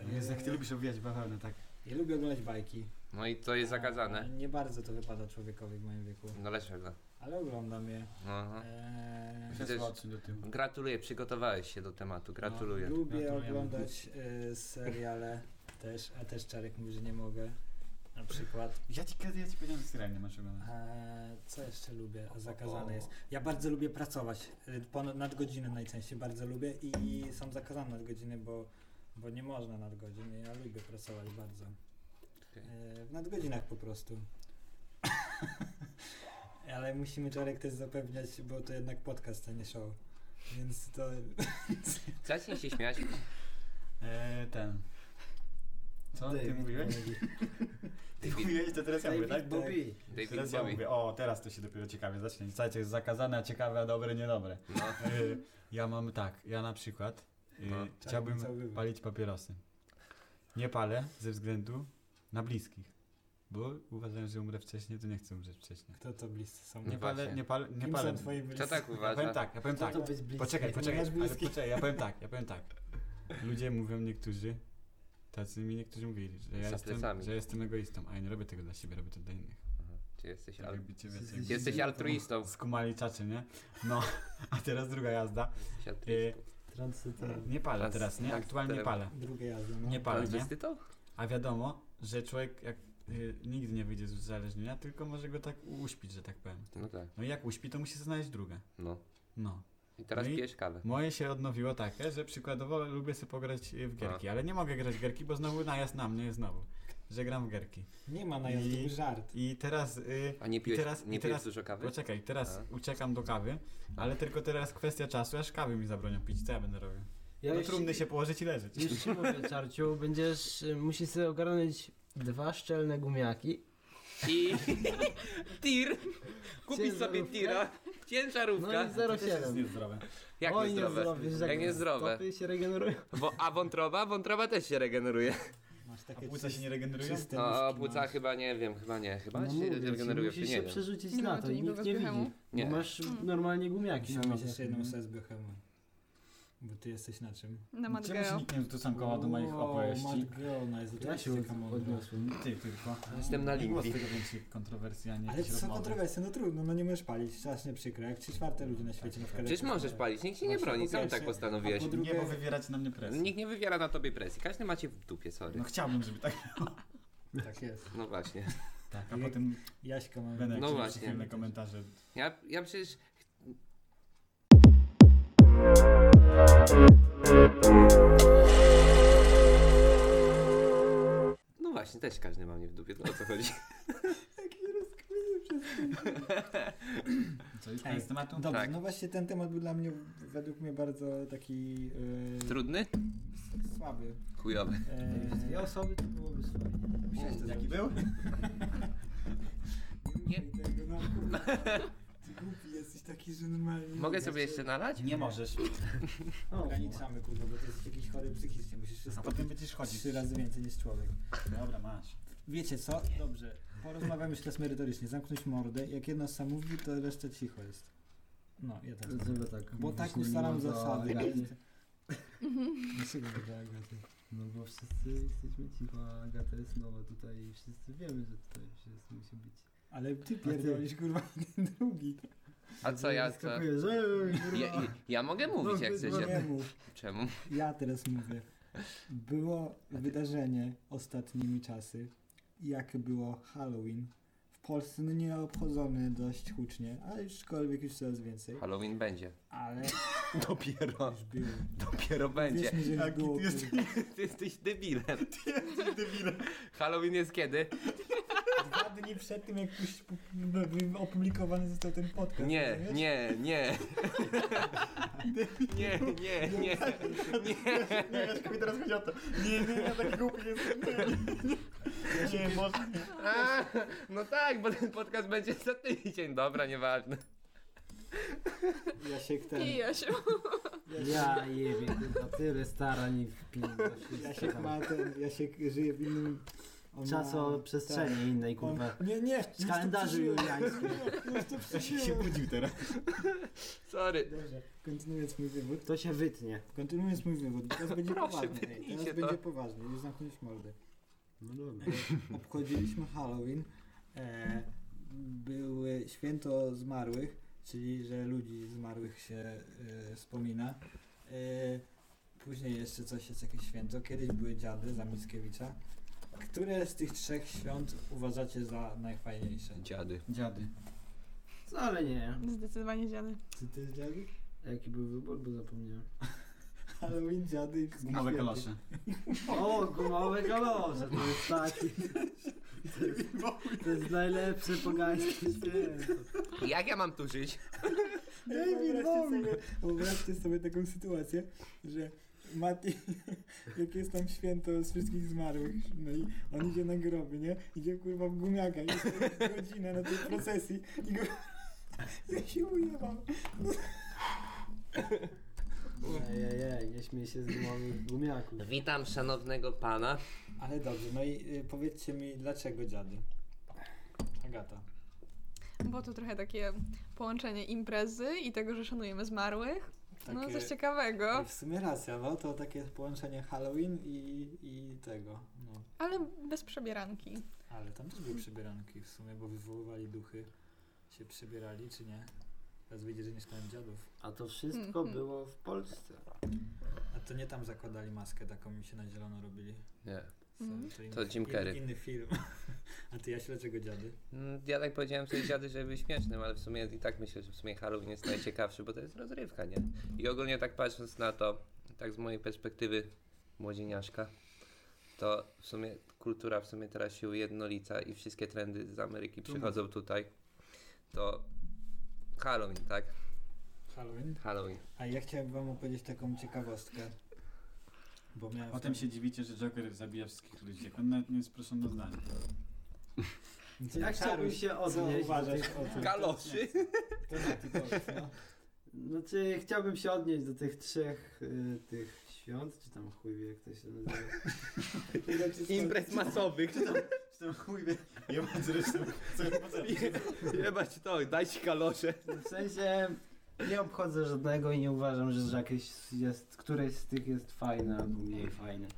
Speaker 2: Eee,
Speaker 1: Jezu, jak ty lubisz obwijać bawełnę, tak?
Speaker 2: Ja lubię oglądać bajki.
Speaker 3: No i to jest zakazane.
Speaker 2: Nie bardzo to wypada człowiekowi w moim wieku,
Speaker 3: No dlaczego?
Speaker 2: ale oglądam je.
Speaker 3: Aha.
Speaker 2: Eee,
Speaker 3: Przecież-
Speaker 1: Przesła odsuń do tyłu.
Speaker 3: Gratuluję, przygotowałeś się do tematu. Gratuluję.
Speaker 2: No, lubię
Speaker 1: Gratulujemy.
Speaker 2: oglądać y, seriale też, a też Czarek mówi, że nie mogę. Na przykład.
Speaker 1: Ja ci kiedy ja ci powiedziałem, że serial nie masz oglądać.
Speaker 2: E, co jeszcze lubię? A zakazane jest. Ja bardzo lubię pracować. Y, ponad nadgodziny najczęściej bardzo lubię i, i są zakazane nadgodziny, bo, bo nie można nadgodzin. Ja lubię pracować bardzo.
Speaker 3: Okej.
Speaker 2: E, w nadgodzinach po prostu. Ale musimy Czarek też zapewniać, bo to jednak podcast, a nie show. Więc to.
Speaker 3: Zacznij się śmiać.
Speaker 1: Eee, ten. Co ty mówiłeś? Ty mówiłeś, to teraz ja mówię, tak?
Speaker 6: Bobby.
Speaker 3: David
Speaker 1: Teraz ja
Speaker 3: Bowie.
Speaker 1: mówię, o, teraz to się dopiero ciekawie zacznie. Słuchajcie, jest zakazane, a ciekawe, a dobre, niedobre.
Speaker 3: No.
Speaker 1: Y, Ja mam tak, ja na przykład y,
Speaker 3: No.
Speaker 1: chciałbym
Speaker 2: Cały wywód.
Speaker 1: palić papierosy. Nie palę ze względu na bliskich, bo uważam, że umrę wcześniej, to nie chcę umrzeć wcześniej.
Speaker 2: Kto to bliscy są?
Speaker 1: Nie
Speaker 3: No
Speaker 1: palę,
Speaker 3: właśnie.
Speaker 1: nie palę, nie
Speaker 2: Kim
Speaker 1: palę.
Speaker 2: są twoi
Speaker 3: Co
Speaker 2: bliscy?
Speaker 3: tak
Speaker 1: Ja powiem
Speaker 3: uważasz?
Speaker 1: tak, ja powiem
Speaker 6: Co
Speaker 1: tak.
Speaker 6: to być bliski?
Speaker 1: Poczekaj, poczekaj,
Speaker 2: masz
Speaker 1: ale
Speaker 2: bliskich?
Speaker 1: poczekaj, ja powiem tak, ja powiem tak. Ludzie mówią niektórzy, tacy mi niektórzy mówili, że ja,
Speaker 3: Za
Speaker 1: jestem,
Speaker 3: plecami.
Speaker 1: że jestem egoistą, a ja nie robię tego dla siebie, robię to dla innych.
Speaker 3: Czy jesteś, al...
Speaker 1: Jakby cię więcej-
Speaker 6: Jesteś-
Speaker 3: jesteś altruistą?
Speaker 1: Skumali czaczy, nie? No, a teraz druga jazda.
Speaker 3: Jesteś
Speaker 1: Y,
Speaker 3: altruistą.
Speaker 6: Transytorem.
Speaker 1: Nie palę
Speaker 3: Trans-
Speaker 1: teraz, nie? Aktualnie nie palę.
Speaker 2: Drugie jazdy. No.
Speaker 1: Nie palę, nie?
Speaker 3: Transwestytą?
Speaker 1: A wiadomo, że człowiek jak y, nigdy nie wyjdzie z uzależnienia, tylko może go tak uśpić, że tak powiem.
Speaker 3: No tak,
Speaker 1: No i jak uśpi, to musi znaleźć drugie.
Speaker 3: no.
Speaker 1: No.
Speaker 3: I teraz
Speaker 1: No i-
Speaker 3: pijesz kawę.
Speaker 1: Moje się odnowiło takie, że przykładowo lubię sobie pograć y, w gierki,
Speaker 3: Tak.
Speaker 1: ale nie mogę grać w gierki, bo znowu najazd na mnie znowu, że gram w gierki.
Speaker 2: Nie ma na jazdy
Speaker 1: I-
Speaker 2: żart.
Speaker 1: I teraz... Y,
Speaker 3: A nie
Speaker 1: i
Speaker 3: piłeś,
Speaker 1: teraz,
Speaker 3: nie
Speaker 1: i teraz
Speaker 3: piłeś dużo kawy?
Speaker 1: Poczekaj, teraz
Speaker 3: A. No.
Speaker 1: uciekam do kawy, ale tylko teraz kwestia czasu, aż kawy mi zabronią pić, co ja będę robił?
Speaker 6: Ja
Speaker 1: do
Speaker 6: już-
Speaker 1: no trumny się położyć i leżeć.
Speaker 6: Już ci mówię, Czarciu, będziesz, y, musisz sobie ogarnąć dwa szczelne gumiaki.
Speaker 3: I tir. Kupisz
Speaker 6: Ciężarówkę.
Speaker 3: sobie tira.
Speaker 6: No
Speaker 3: Ciężarówka.
Speaker 6: i 07.
Speaker 1: niezdrowe.
Speaker 3: Jak
Speaker 6: Oj,
Speaker 3: niezdrowe?
Speaker 6: niezdrowie, że
Speaker 3: Jak niezdrowe.
Speaker 6: Stopy się regenerują.
Speaker 3: Bo, a wątroba? Wątroba też się regeneruje.
Speaker 2: Masz
Speaker 1: A
Speaker 2: takie
Speaker 1: płuca się nie
Speaker 2: czyste-
Speaker 1: regenerują?
Speaker 2: czyste
Speaker 3: No, a
Speaker 2: nóżki
Speaker 3: płuca
Speaker 2: masz.
Speaker 3: chyba nie wiem, chyba nie. Chyba
Speaker 6: No
Speaker 3: się
Speaker 6: mówię ci,
Speaker 3: regenerują, się
Speaker 6: musisz się
Speaker 3: nie wiem.
Speaker 6: przerzucić
Speaker 5: Nie
Speaker 6: na
Speaker 5: mamy
Speaker 6: to
Speaker 5: tu
Speaker 6: i nikt
Speaker 5: nikogo z
Speaker 6: nie
Speaker 5: Wilhelmu.
Speaker 6: widzi.
Speaker 3: Nie.
Speaker 6: Bo masz normalnie gumiaki
Speaker 2: Musimy
Speaker 6: na
Speaker 2: mieć
Speaker 6: nogach.
Speaker 2: jeszcze jedną sesję z biochemu. Bo ty jesteś na czym?
Speaker 5: Na
Speaker 1: Czemu się
Speaker 5: Madgeo.
Speaker 1: nikt nie rzucam koła do moich
Speaker 2: Wow,
Speaker 1: opowieści?
Speaker 2: Mad Girl, ona jest
Speaker 6: Ja się
Speaker 2: oczywiście kamona.
Speaker 6: odniosłem.
Speaker 1: Ty tylko.
Speaker 3: Jestem na
Speaker 1: Nie było z
Speaker 3: linii.
Speaker 1: tego większej kontrowersji, ani
Speaker 2: Ale
Speaker 1: jakiejś
Speaker 2: co
Speaker 1: rozmowy.
Speaker 2: kontrowersja, no trudno, no nie możesz palić, strasznie przykre, jak trzy czwarte ludzi na
Speaker 6: Tak.
Speaker 2: świecie na przykład...
Speaker 3: Przecież możesz palić, nikt się nie broni, sam tak postanowiłeś.
Speaker 2: A po
Speaker 1: Nie,
Speaker 2: drugie-
Speaker 1: bo wywieracie na mnie presję.
Speaker 3: Nikt nie wywiera na tobie presji, każdy macie w dupie, sorry.
Speaker 1: No chciałbym, żeby tak.
Speaker 2: Tak jest.
Speaker 3: No właśnie.
Speaker 1: Tak, a potem
Speaker 2: Jaśka mam...
Speaker 1: będę
Speaker 3: No
Speaker 1: jakieś
Speaker 3: właśnie.
Speaker 1: przychylne komentarze.
Speaker 3: Ja, ja przecież... No właśnie, też każdy ma mnie w dupie, to o co chodzi?
Speaker 1: Co, już
Speaker 2: Ej,
Speaker 1: koniec tematu?
Speaker 2: Dobrze,
Speaker 3: Tak.
Speaker 2: no właśnie ten temat był dla mnie, według mnie bardzo taki... Yy,
Speaker 3: Trudny?
Speaker 2: s- słaby.
Speaker 3: Chujowy.
Speaker 2: Eee,
Speaker 6: Dwie osoby to byłoby fajnie.
Speaker 2: musiałeś to zrobić.
Speaker 1: Jaki był?
Speaker 3: Nie.
Speaker 2: Tego na kurwa. Ty głupi jesteś taki, że normalnie...
Speaker 3: Mogę sobie jeszcze nalać?
Speaker 1: Nie możesz.
Speaker 2: No, ograniczamy kurwa, bo ty jesteś jakiś chory psychicznie, musisz
Speaker 1: A
Speaker 2: wszystko...
Speaker 1: potem będziesz chodzić.
Speaker 2: Trzy razy więcej niż człowiek.
Speaker 1: Dobra, masz.
Speaker 2: Wiecie co? Dobrze. Porozmawiamy teraz merytorycznie. Zamknąć mordę. Jak jedna z samówi, to reszta cicho jest. No, ja tak.
Speaker 6: Dlatego tak.
Speaker 2: Bo
Speaker 6: mówisz,
Speaker 2: tak
Speaker 6: nie
Speaker 2: ustalam
Speaker 6: można,
Speaker 2: zasady. Mhm.
Speaker 6: ale-
Speaker 3: Mhm.
Speaker 2: Dlaczego taka Agata?
Speaker 6: No bo wszyscy jesteśmy cicho, a Agata jest nowa tutaj i wszyscy wiemy, że tutaj wszyscy musi być.
Speaker 2: Ale ty pierdolisz kurwa ten drugi.
Speaker 3: A co ja co?
Speaker 6: Skakuje, że
Speaker 3: Ja, ja- ja mogę mówić
Speaker 2: No,
Speaker 3: jak
Speaker 6: kurwa,
Speaker 3: chcecie.
Speaker 2: Nie mów.
Speaker 3: Czemu?
Speaker 2: Ja teraz mówię. Było wydarzenie ostatnimi czasy, jak było Halloween. W Polsce no nie obchodzony dość hucznie, ale już aczkolwiek już coraz więcej.
Speaker 3: Halloween będzie.
Speaker 2: Ale
Speaker 3: Dopiero,
Speaker 2: już było.
Speaker 3: dopiero będzie.
Speaker 2: Wiesz mi, że już
Speaker 1: Jaki
Speaker 2: było.
Speaker 1: ty jesteś
Speaker 2: kurwa.
Speaker 3: Ty jesteś debilem. Ty jesteś debilem. Halloween jest kiedy?
Speaker 2: Dwa dni przed tym, jak już pu- opublikowany został ten podcast.
Speaker 3: Nie,
Speaker 2: rozumiesz?
Speaker 3: nie, nie. Nie, nie, nie. Nie.
Speaker 1: Nie, Jaśku mi teraz chodzi o to. Nie, nie, ja tak głupi jestem. Nie, nie, nie, może nie.
Speaker 3: A, no tak, bo ten podcast będzie za tydzień. Dobra, nieważne.
Speaker 2: Ja się ten.
Speaker 5: Pija się.
Speaker 6: Ja jebie, kurwa, tyle starań i wpin.
Speaker 2: Jasiek ma ten, Jasiek żyje w innym... on
Speaker 6: Czas
Speaker 2: ma-
Speaker 6: o przestrzeni innej,
Speaker 2: tak, on-
Speaker 6: kurwa.
Speaker 2: Nie, nie, już to
Speaker 6: kalendarzu
Speaker 2: przeżyłem.
Speaker 6: juliańskim.
Speaker 2: Już to
Speaker 1: Ja się, się
Speaker 2: przeżyłem.
Speaker 1: budził teraz.
Speaker 3: Sorry.
Speaker 2: Dobrze, kontynuując mój wywód.
Speaker 6: To się wytnie.
Speaker 2: Kontynuując mój wywód, teraz będzie
Speaker 3: Proszę,
Speaker 2: poważny. Ej,
Speaker 3: wytnijcie
Speaker 2: teraz
Speaker 3: to.
Speaker 2: będzie poważny, już zamknąć mordę.
Speaker 6: No dobra.
Speaker 2: Obchodziliśmy Halloween. E, były święto zmarłych, czyli że ludzi zmarłych się e, wspomina. E, później jeszcze coś jest jakieś święto. Kiedyś były dziady za Mickiewicza. Które z tych trzech świąt uważacie za najfajniejsze?
Speaker 3: Dziady.
Speaker 1: Dziady.
Speaker 6: Wcale nie.
Speaker 5: Zdecydowanie dziany.
Speaker 2: Czy to jest dziady?
Speaker 6: A Jaki był wybór, bo zapomniałem.
Speaker 2: Halloween, dziady i wszystkie
Speaker 1: Gumowe
Speaker 2: święty.
Speaker 1: kalosze.
Speaker 6: O, gumowe kalosze, to jest taki. To jest, to jest najlepsze pogańskie święto.
Speaker 3: Jak ja mam tu żyć?
Speaker 2: Ja wyobraźcie, sobie, wyobraźcie sobie taką sytuację, że Mati, jak jest tam święto z wszystkich zmarłych, no i on idzie na groby, nie? Idzie kurwa w gumiaka, jest godzina na tej procesji i go... Ja się ujebam.
Speaker 6: Ejejej, nie śmiej się z gumowych gumiaków.
Speaker 3: Witam szanownego pana.
Speaker 2: Ale dobrze, no i y, powiedzcie mi, dlaczego dziady? Agata.
Speaker 5: Bo to trochę takie połączenie imprezy i tego, że szanujemy zmarłych. No coś ciekawego.
Speaker 2: Ej, W sumie racja, no to takie połączenie Halloween i, i tego, no.
Speaker 5: Ale bez przebieranki.
Speaker 2: Ale tam też były przybieranki w sumie, bo wywoływali duchy, się przybierali, czy nie? Teraz wyjdzie, że nie szukałem dziadów.
Speaker 6: A to wszystko
Speaker 5: Mhm.
Speaker 6: było w Polsce.
Speaker 2: A to nie tam zakładali maskę, taką mi się na zielono robili.
Speaker 3: Nie.
Speaker 5: Mhm.
Speaker 2: inny,
Speaker 3: To Jim
Speaker 2: fi-
Speaker 3: Carrey.
Speaker 2: Inny film. A ty, Jaś, dlaczego dziady?
Speaker 3: Mm, Ja tak powiedziałem sobie dziady, żeby być śmiesznym, ale w sumie i tak myślę, że w sumie Halloween jest najciekawszy, bo to jest rozrywka, nie? I ogólnie tak patrząc na to, tak z mojej perspektywy młodzieniaszka, to w sumie kultura w sumie teraz się ujednolica i wszystkie trendy z Ameryki
Speaker 1: Tu
Speaker 3: przychodzą tutaj. To Halloween, tak?
Speaker 2: Halloween.
Speaker 3: Halloween.
Speaker 2: A ja chciałem wam opowiedzieć taką ciekawostkę. Bo miałem...
Speaker 1: Potem się dziwicie, że Joker zabija wszystkich ludzi. Jak on nawet nie jest proszony o zdanie.
Speaker 6: Jak chciałbym się
Speaker 2: Co
Speaker 6: odnieść? do
Speaker 2: uważasz
Speaker 6: tych-
Speaker 2: o tym?
Speaker 3: Kaloszy!
Speaker 2: To na ty powiedz, no.
Speaker 6: Znaczy, chciałbym się odnieść do tych trzech y, tych świąt, czy tam chuj wie, jak to się nazywa.
Speaker 2: Ile ci
Speaker 3: Imprez masowych!
Speaker 1: Jestem chuj wie. Ja mam zresztą. Co ja mam zrobić?
Speaker 3: Jebać to, dajcie kalosze!
Speaker 6: W sensie nie obchodzę żadnego i nie uważam, że jakieś jest, któreś z tych jest fajne albo mniej fajne.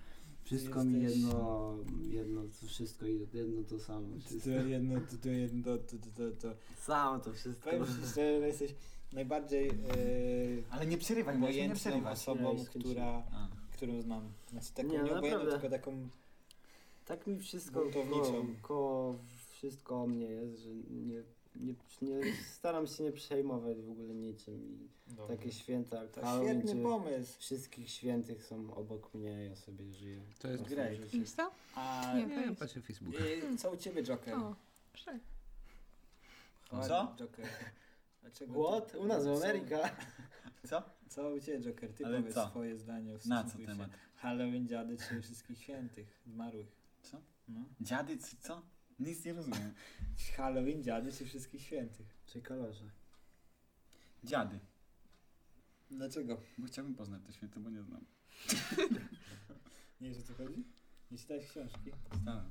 Speaker 6: Wszystko mi
Speaker 2: Jesteś-
Speaker 6: jedno, jedno, to wszystko jedno to samo.
Speaker 2: To,
Speaker 6: Wszystko.
Speaker 2: to jedno, to, to jedno, to, to, to, to.
Speaker 6: Samo to wszystko.
Speaker 2: Powiem ci szczerze, że jesteś najbardziej yy,
Speaker 1: Ale nie przerywaj, bo ja nie
Speaker 2: obojętną
Speaker 1: przerywasz.
Speaker 2: osobą,
Speaker 6: Nie, nie kręci.
Speaker 2: która,
Speaker 1: no A.
Speaker 2: którą znam. Znaczy taką
Speaker 6: Nie,
Speaker 2: nie,
Speaker 6: no
Speaker 2: nieobojętną,
Speaker 6: naprawdę.
Speaker 2: tylko taką
Speaker 6: Tak mi wszystko koło,
Speaker 2: Buntowniczą.
Speaker 6: koło wszystko o mnie jest, że nie, nie, nie staram się nie przejmować w ogóle niczym. I takie święta jak
Speaker 2: To
Speaker 6: Halloween,
Speaker 2: świetny
Speaker 6: czy
Speaker 2: pomysł.
Speaker 6: wszystkich świętych są obok mnie, ja sobie żyję.
Speaker 3: To jest
Speaker 6: własnym
Speaker 2: great.
Speaker 6: życiem.
Speaker 5: Insta?
Speaker 2: A
Speaker 5: Nie,
Speaker 3: Nie,
Speaker 5: pojęcia.
Speaker 3: patrzę Facebooka.
Speaker 2: y, co u ciebie, Joker?
Speaker 5: O, wszak.
Speaker 2: Chodź,
Speaker 1: Co?
Speaker 2: Joker. Dlaczego
Speaker 6: What?
Speaker 2: ty-
Speaker 6: U nas w
Speaker 2: co-
Speaker 6: Ameryka.
Speaker 1: Co?
Speaker 2: Co u ciebie, Joker? Ty
Speaker 1: Ale
Speaker 2: powiedz
Speaker 1: co?
Speaker 2: swoje zdanie. w
Speaker 1: Na co
Speaker 2: stosunku
Speaker 1: temat?
Speaker 2: się- Halloween, dziady, czy wszystkich świętych, zmarłych.
Speaker 1: Co?
Speaker 2: No.
Speaker 1: Dziady, c- co?
Speaker 7: Nic nie rozumiem.
Speaker 2: Halloween, dziady czy wszystkich świętych?
Speaker 6: Czy kolorze?
Speaker 7: Dziady.
Speaker 2: Dlaczego?
Speaker 7: Bo chciałbym poznać te święty, bo nie znam.
Speaker 2: Nie wiesz o co chodzi? Nie czytałeś książki?
Speaker 7: Tak,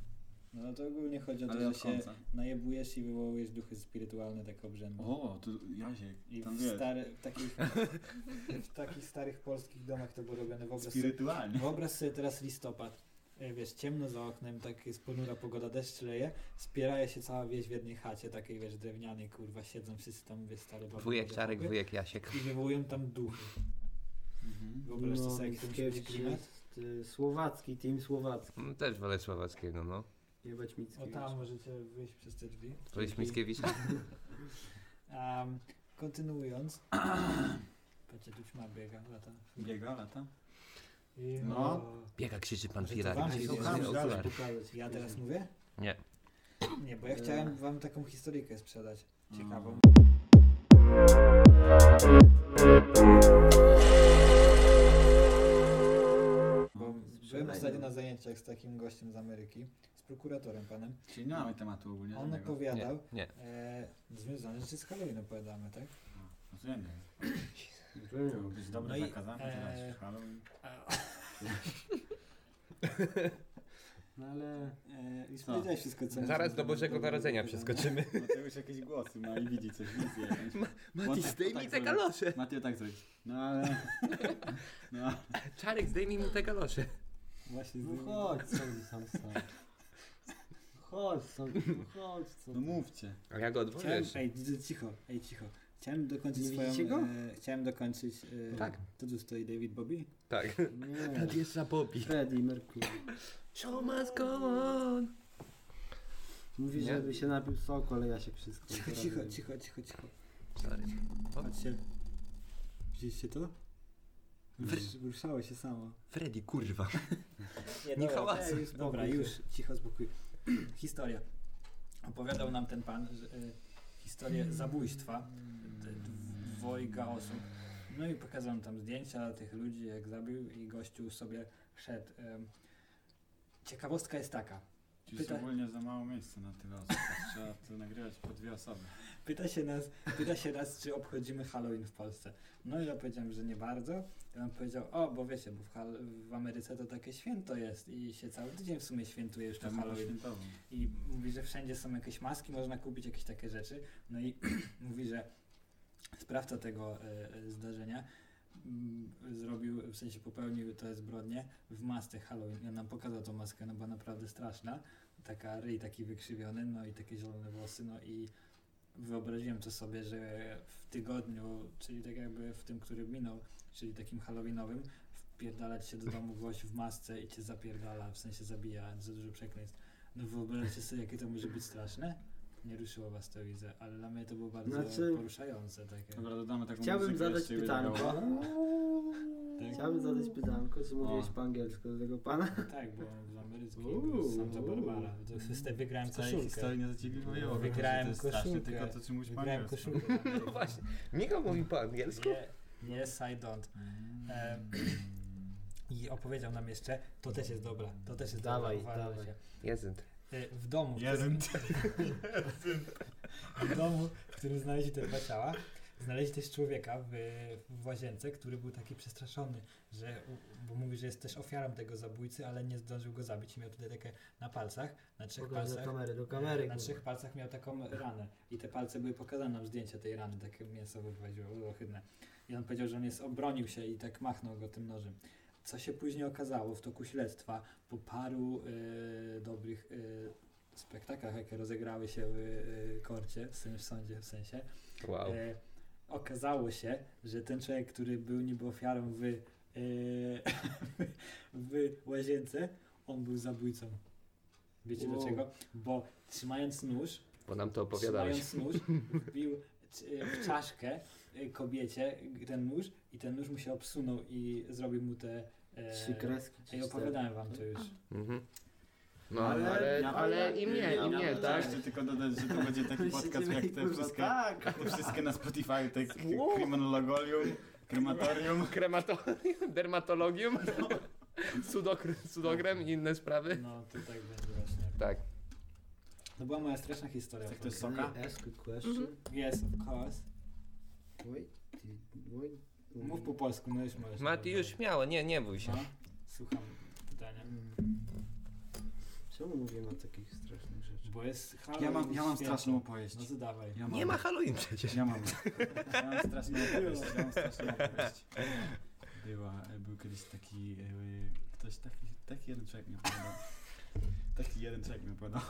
Speaker 2: No, no to ogólnie chodzi o to,
Speaker 7: ale
Speaker 2: że
Speaker 7: od
Speaker 2: się
Speaker 7: końca.
Speaker 2: najebujesz i wywołujesz duchy spirytualne tak obrzędne.
Speaker 7: O, tu Jaziek,
Speaker 2: I
Speaker 7: tam
Speaker 2: w,
Speaker 7: wiesz,
Speaker 2: stary, w, takich, w takich starych polskich domach to było robione. Wyobraź sobie,
Speaker 7: spirytualnie.
Speaker 2: wyobraź sobie teraz listopad. E, Wiesz, ciemno za oknem, tak jest ponura pogoda, deszcz leje. Spieraje się cała wieś w jednej chacie, takiej wiesz, drewnianej, kurwa, siedzą wszyscy tam, wiesz, stary baby,
Speaker 3: Wujek
Speaker 2: młode
Speaker 3: Czarek,
Speaker 2: chłopy
Speaker 3: wujek Jasiek.
Speaker 2: I wywołują tam duchy. Wyobraź
Speaker 6: No,
Speaker 2: sobie, jak to musi być
Speaker 6: Mickiewicz
Speaker 2: klimat.
Speaker 6: jest y, słowacki, team słowacki.
Speaker 3: Mm, Też wolę Słowackiego, no.
Speaker 6: Jebać
Speaker 2: O
Speaker 6: Mickiewicz.
Speaker 2: tam możecie wyjść przez te drzwi.
Speaker 3: Wolisz Mickiewicza?
Speaker 2: Um, kontynuując. Patrzcie, tu ćma biega, lata.
Speaker 7: Biega, lata.
Speaker 2: I-
Speaker 1: No.
Speaker 2: O.
Speaker 3: Biega, krzyczy pan
Speaker 2: Może to
Speaker 3: Filar.
Speaker 2: wam
Speaker 3: Gdzie
Speaker 2: się
Speaker 3: są
Speaker 2: zdarzy,
Speaker 3: okulary?
Speaker 1: dalej.
Speaker 6: Pokazać
Speaker 2: Ja teraz
Speaker 6: później.
Speaker 2: mówię?
Speaker 3: Nie.
Speaker 2: Nie, bo ja
Speaker 6: Eee.
Speaker 2: chciałem wam taką historyjkę sprzedać. Ciekawą. Bo byłem
Speaker 6: sprzedaj
Speaker 2: ostatnio
Speaker 6: nam.
Speaker 2: na zajęciach z takim gościem z Ameryki, z prokuratorem panem.
Speaker 7: Czyli nie mamy tematu ogólnie
Speaker 2: On
Speaker 7: żadnego.
Speaker 2: opowiadał,
Speaker 3: Nie,
Speaker 2: e, związane rzeczy z Halloween opowiadamy, tak?
Speaker 7: No to ja nie wiem.
Speaker 6: Rozumiem.
Speaker 7: Być dobre
Speaker 2: No i,
Speaker 7: zakazane,
Speaker 2: e,
Speaker 7: teraz już Halloween.
Speaker 6: No ale...
Speaker 2: E, I
Speaker 7: Co?
Speaker 2: powiedziałeś wszystko, co
Speaker 6: Zaraz do Bożego Narodzenia
Speaker 3: przeskoczymy.
Speaker 7: No to już jakieś głosy ma i widzi coś, nic jakieś.
Speaker 3: Mati, zdejmij te kalosze!
Speaker 7: Matio tak zrobi. No ale... No,
Speaker 3: Czarek, zdejmij mu te kalosze.
Speaker 7: właśnie
Speaker 6: No
Speaker 7: no,
Speaker 6: chodź sobie sam sam. Chodź sobie, no chodź sobie.
Speaker 7: no mówcie.
Speaker 3: A ja go
Speaker 2: Chciałem,
Speaker 3: odwołujesz.
Speaker 2: ej, d- cicho, ej, cicho. Chciałem dokończyć
Speaker 6: Nie
Speaker 2: swoją...
Speaker 6: widzicie go?
Speaker 2: E, chciałem dokończyć... E,
Speaker 3: Tak.
Speaker 2: To tu stoi David Bobby?
Speaker 3: Tak.
Speaker 6: Nie.
Speaker 3: Nadjeżdża Bobby.
Speaker 6: Freddie Mercury.
Speaker 3: Show must go on.
Speaker 6: Mówi,
Speaker 3: Nie?
Speaker 6: żeby się napił soku, ale ja się wszystko
Speaker 2: Cicho, cicho, cicho, cicho, cicho.
Speaker 3: Sorry.
Speaker 2: Patrzcie. Widzieliście to? Wr- Ruszało się samo.
Speaker 3: Freddy, kurwa.
Speaker 2: Nie,
Speaker 3: dobra, hałasu.
Speaker 2: już, dobra, już, cicho, spokój. Historia. Opowiadał nam ten pan że, y, historię zabójstwa d- d- dwojga osób. No i pokazał tam zdjęcia tych ludzi, jak zabił i gościu sobie szedł. em. Ciekawostka jest taka.
Speaker 7: Czy jest
Speaker 2: Pyta-
Speaker 7: ogólnie za mało miejsca na tyle osób. Trzeba to nagrywać po dwie osoby.
Speaker 2: Pyta się nas, pyta się nas, czy obchodzimy Halloween w Polsce. No i ja powiedziałem, że nie bardzo. Ja on powiedział, o, bo wiecie, bo w, Hal- w Ameryce to takie święto jest i się cały tydzień w sumie świętuje już to
Speaker 7: Trzeba
Speaker 2: Halloween.
Speaker 7: poświętować.
Speaker 2: i mówi, że wszędzie są jakieś maski, można kupić jakieś takie rzeczy. No i mówi, że sprawca tego e, e, zdarzenia mm, zrobił, w sensie popełnił te zbrodnie w masce Halloween. I on nam pokazał tą maskę, no była naprawdę straszna. Taka ryj taki wykrzywiony, no i takie zielone włosy, no i wyobraziłem to sobie, że w tygodniu, czyli tak jakby w tym, który minął, czyli takim Halloweenowym, wpierdalać się do domu gość w masce i cię zapierdala, w sensie zabija, za dużo przekleństw. No wyobraźcie sobie, jakie to może być straszne. Nie ruszyło was to widzę, ale dla mnie to było bardzo
Speaker 6: Znaczy-
Speaker 2: poruszające takie.
Speaker 1: No.
Speaker 7: Dobra, dodamy taką
Speaker 6: Chciałbym
Speaker 7: muzykę
Speaker 6: zadać
Speaker 7: jeszcze i będzie
Speaker 6: pytanko. Tak.
Speaker 7: gało.
Speaker 6: Chciałbym zadać pytanko, czy mówiłeś
Speaker 7: O.
Speaker 6: po angielsku do tego pana?
Speaker 2: Tak, bo w ameryckiej
Speaker 6: Uuu.
Speaker 2: był Santa Barbara. To jest te wygrałem
Speaker 7: Całej
Speaker 2: koszulkę.
Speaker 7: historii nie zaciekawiło.
Speaker 2: Wygrałem
Speaker 7: to jest straszne,
Speaker 2: koszulkę.
Speaker 7: tylko to czy mówisz po
Speaker 2: Wygrałem
Speaker 7: angielsku.
Speaker 2: koszulkę.
Speaker 3: No właśnie. Michał mówi po angielsku?
Speaker 2: Nie, yes, I don't. Em, I opowiedział nam jeszcze, to też jest dobra, to też jest
Speaker 6: Dawaj,
Speaker 2: dobra. uważajcie.
Speaker 6: dawaj.
Speaker 3: Jezent.
Speaker 2: E, W domu, w którym,
Speaker 1: Jeden.
Speaker 2: w domu, w którym znaleźli te dwa ciała, znaleźli też człowieka w, w łazience, który był taki przestraszony, że, u- bo mówi, że jest też ofiarą tego zabójcy, ale nie zdążył go zabić i miał tutaj takie na palcach, na trzech
Speaker 6: Pokaż do
Speaker 2: palcach.
Speaker 6: kamery, do kamery.
Speaker 2: Na
Speaker 6: kurwa.
Speaker 2: trzech palcach miał taką ranę i te palce były pokazane nam zdjęcia tej rany, takie mięso wychodziło, było ohydne. I on powiedział, że on jest, obronił się i tak machnął go tym nożem. Co się później okazało w toku śledztwa, po paru y, dobrych y, spektakach, jakie rozegrały się w y, korcie, w sensie w sądzie w sensie,
Speaker 3: Wow.
Speaker 2: e, okazało się, że ten człowiek, który był niby ofiarą w, e, w łazience, on był zabójcą. Wiecie
Speaker 6: Wow.
Speaker 2: dlaczego? Bo trzymając nóż,
Speaker 3: Bo nam to opowiadałeś.
Speaker 2: trzymając nóż, wbił c- w czaszkę e, kobiecie ten nóż i ten nóż mu się obsunął i zrobił mu te... e,
Speaker 6: Trzy kreski, czy
Speaker 2: Ej,
Speaker 6: cztery.
Speaker 2: opowiadałem wam to już.
Speaker 3: Mhm. No,
Speaker 6: Ale-
Speaker 3: ale, ale, i mnie, i mnie, tak?
Speaker 7: Chciałem tylko dodać, że to będzie taki podcast
Speaker 6: Siedzimy
Speaker 7: jak
Speaker 6: i
Speaker 7: te
Speaker 6: kurwa,
Speaker 7: wszystkie,
Speaker 6: Tak!
Speaker 7: te wszystkie na Spotify, te k- Criminologolium, Krematorium.
Speaker 3: Krematorium, dermatologium, sudokr- sudogrem i inne sprawy.
Speaker 2: No to tak będzie właśnie.
Speaker 3: Tak.
Speaker 2: To była moja straszna historia.
Speaker 8: Tak to jest
Speaker 6: Can
Speaker 8: soka?
Speaker 6: I ask a question?
Speaker 2: Yes, of course.
Speaker 6: Wait, did, wait.
Speaker 2: Mów po polsku, no już możesz.
Speaker 3: Mati, już śmiało, nie, nie bój się.
Speaker 2: No, słucham pytania.
Speaker 6: Mm. Czemu mówimy o takich strasznych rzeczach?
Speaker 2: Bo jest Halloween.
Speaker 1: Ja mam, ja mam
Speaker 2: święto.
Speaker 1: straszną opowieść.
Speaker 2: No to dawaj.
Speaker 1: Ja mam,
Speaker 3: Nie ma Halloween przecież.
Speaker 1: Ja mam, ja mam straszną opowieść. Ja mam straszną opowieść. Była, e, był kiedyś taki, e, ktoś taki, taki jeden człowiek mi opowiadał. Taki jeden człowiek mi opowiadał.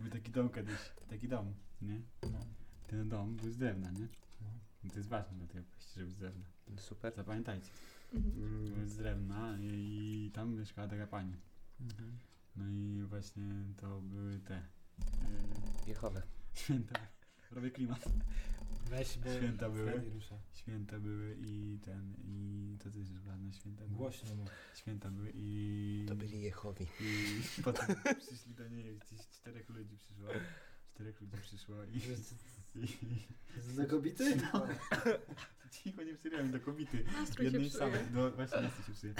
Speaker 1: Był taki dom kiedyś, taki dom, nie?
Speaker 3: No.
Speaker 1: Ten dom był z drewna, nie? I to jest ważne dla tej opowieści, żeby z drewna.
Speaker 3: Super.
Speaker 1: Zapamiętajcie.
Speaker 5: Mhm.
Speaker 1: Był z drewna i, i tam mieszkała taka pani. No i właśnie to były te e,
Speaker 3: Jehowe.
Speaker 1: święta. Robię klimat.
Speaker 2: Weź, bo
Speaker 1: Święta były.
Speaker 2: Freddy rusza.
Speaker 1: Święta były i ten, i to też jest ważne, święta były.
Speaker 2: Głośno mów.
Speaker 1: Święta były i...
Speaker 3: To byli Jehowi.
Speaker 1: I potem przyszli do niej, gdzieś czterech ludzi przyszło. Czterech ludzi przyszło i... i,
Speaker 6: Za kobiety? No.
Speaker 1: cicho, nie przyjechałem do kobiety.
Speaker 5: Nastrój się
Speaker 1: Jednej
Speaker 5: psuje.
Speaker 1: samej. No właśnie, nas się psuje.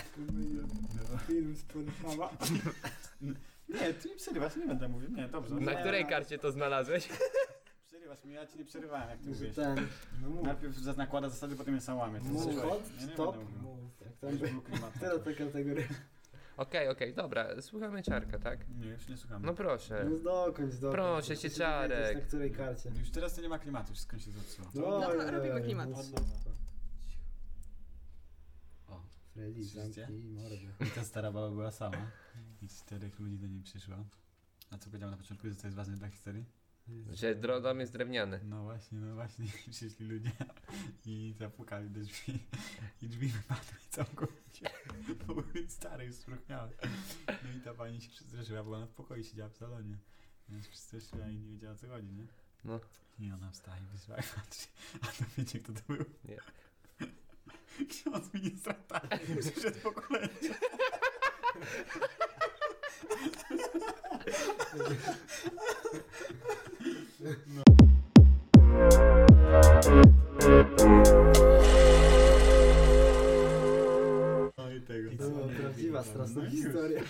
Speaker 1: No.
Speaker 2: Film z Pornhuba.
Speaker 1: Nie, ty mi przerywasz, nie będę mówił. Nie, dobrze.
Speaker 3: Na
Speaker 1: Nie,
Speaker 3: której
Speaker 1: no,
Speaker 3: karcie to znalazłeś?
Speaker 1: Przerywasz mnie, ja ci nie przerywałem, jak ty
Speaker 6: Że
Speaker 1: mówisz.
Speaker 6: ten. No mów.
Speaker 1: Najpierw zas- nakłada zasady, potem je sam łamie. To
Speaker 6: Mów.
Speaker 1: jest coś.
Speaker 6: Hot,
Speaker 1: Ja nie
Speaker 6: stop,
Speaker 1: będę mówił.
Speaker 2: Mów.
Speaker 6: Jak tam
Speaker 1: Już
Speaker 6: by...
Speaker 1: był klimat.
Speaker 6: Teraz ta kategoria.
Speaker 3: Okej, okej, dobra, słuchamy czarka, tak?
Speaker 1: Nie, już nie słucham.
Speaker 3: No proszę.
Speaker 6: No dokończ, dokończ.
Speaker 3: Proszę cię,
Speaker 6: Musimy
Speaker 3: Czarek.
Speaker 6: wiedzieć, Na której karcie?
Speaker 1: No Już teraz to nie ma klimatu, wszystko mi się zepsuło.
Speaker 6: No,
Speaker 5: to
Speaker 6: oj,
Speaker 5: robimy
Speaker 6: oj,
Speaker 5: klimat.
Speaker 6: no
Speaker 2: Od
Speaker 6: co?
Speaker 2: nowa.
Speaker 1: O,
Speaker 6: Freddy,
Speaker 1: Słyszycie?
Speaker 6: zamknij mordę.
Speaker 1: I ta stara baba była sama. I czterech ludzi do niej przyszło. A co powiedziałem na początku, że to jest ważne dla historii?
Speaker 3: Że dro- dom jest drewniany.
Speaker 1: No właśnie, no właśnie, przyszli ludzie i zapukali do drzwi. I drzwi wypadły całkowicie. Bo były stare, już spróchniały. No i ta pani się przestraszyła, bo ona w pokoju siedziała w salonie. Ona się przestraszyła i nie wiedziała o co chodzi, nie?
Speaker 3: No.
Speaker 1: I ona wstaje, wyszła i patrzy. A to wiecie, kto to był?
Speaker 3: Nie.
Speaker 1: Ksiądz ministranta przyszedł po kolei. No i tego.
Speaker 6: To była prawdziwa straszna
Speaker 1: No i już.
Speaker 6: historia.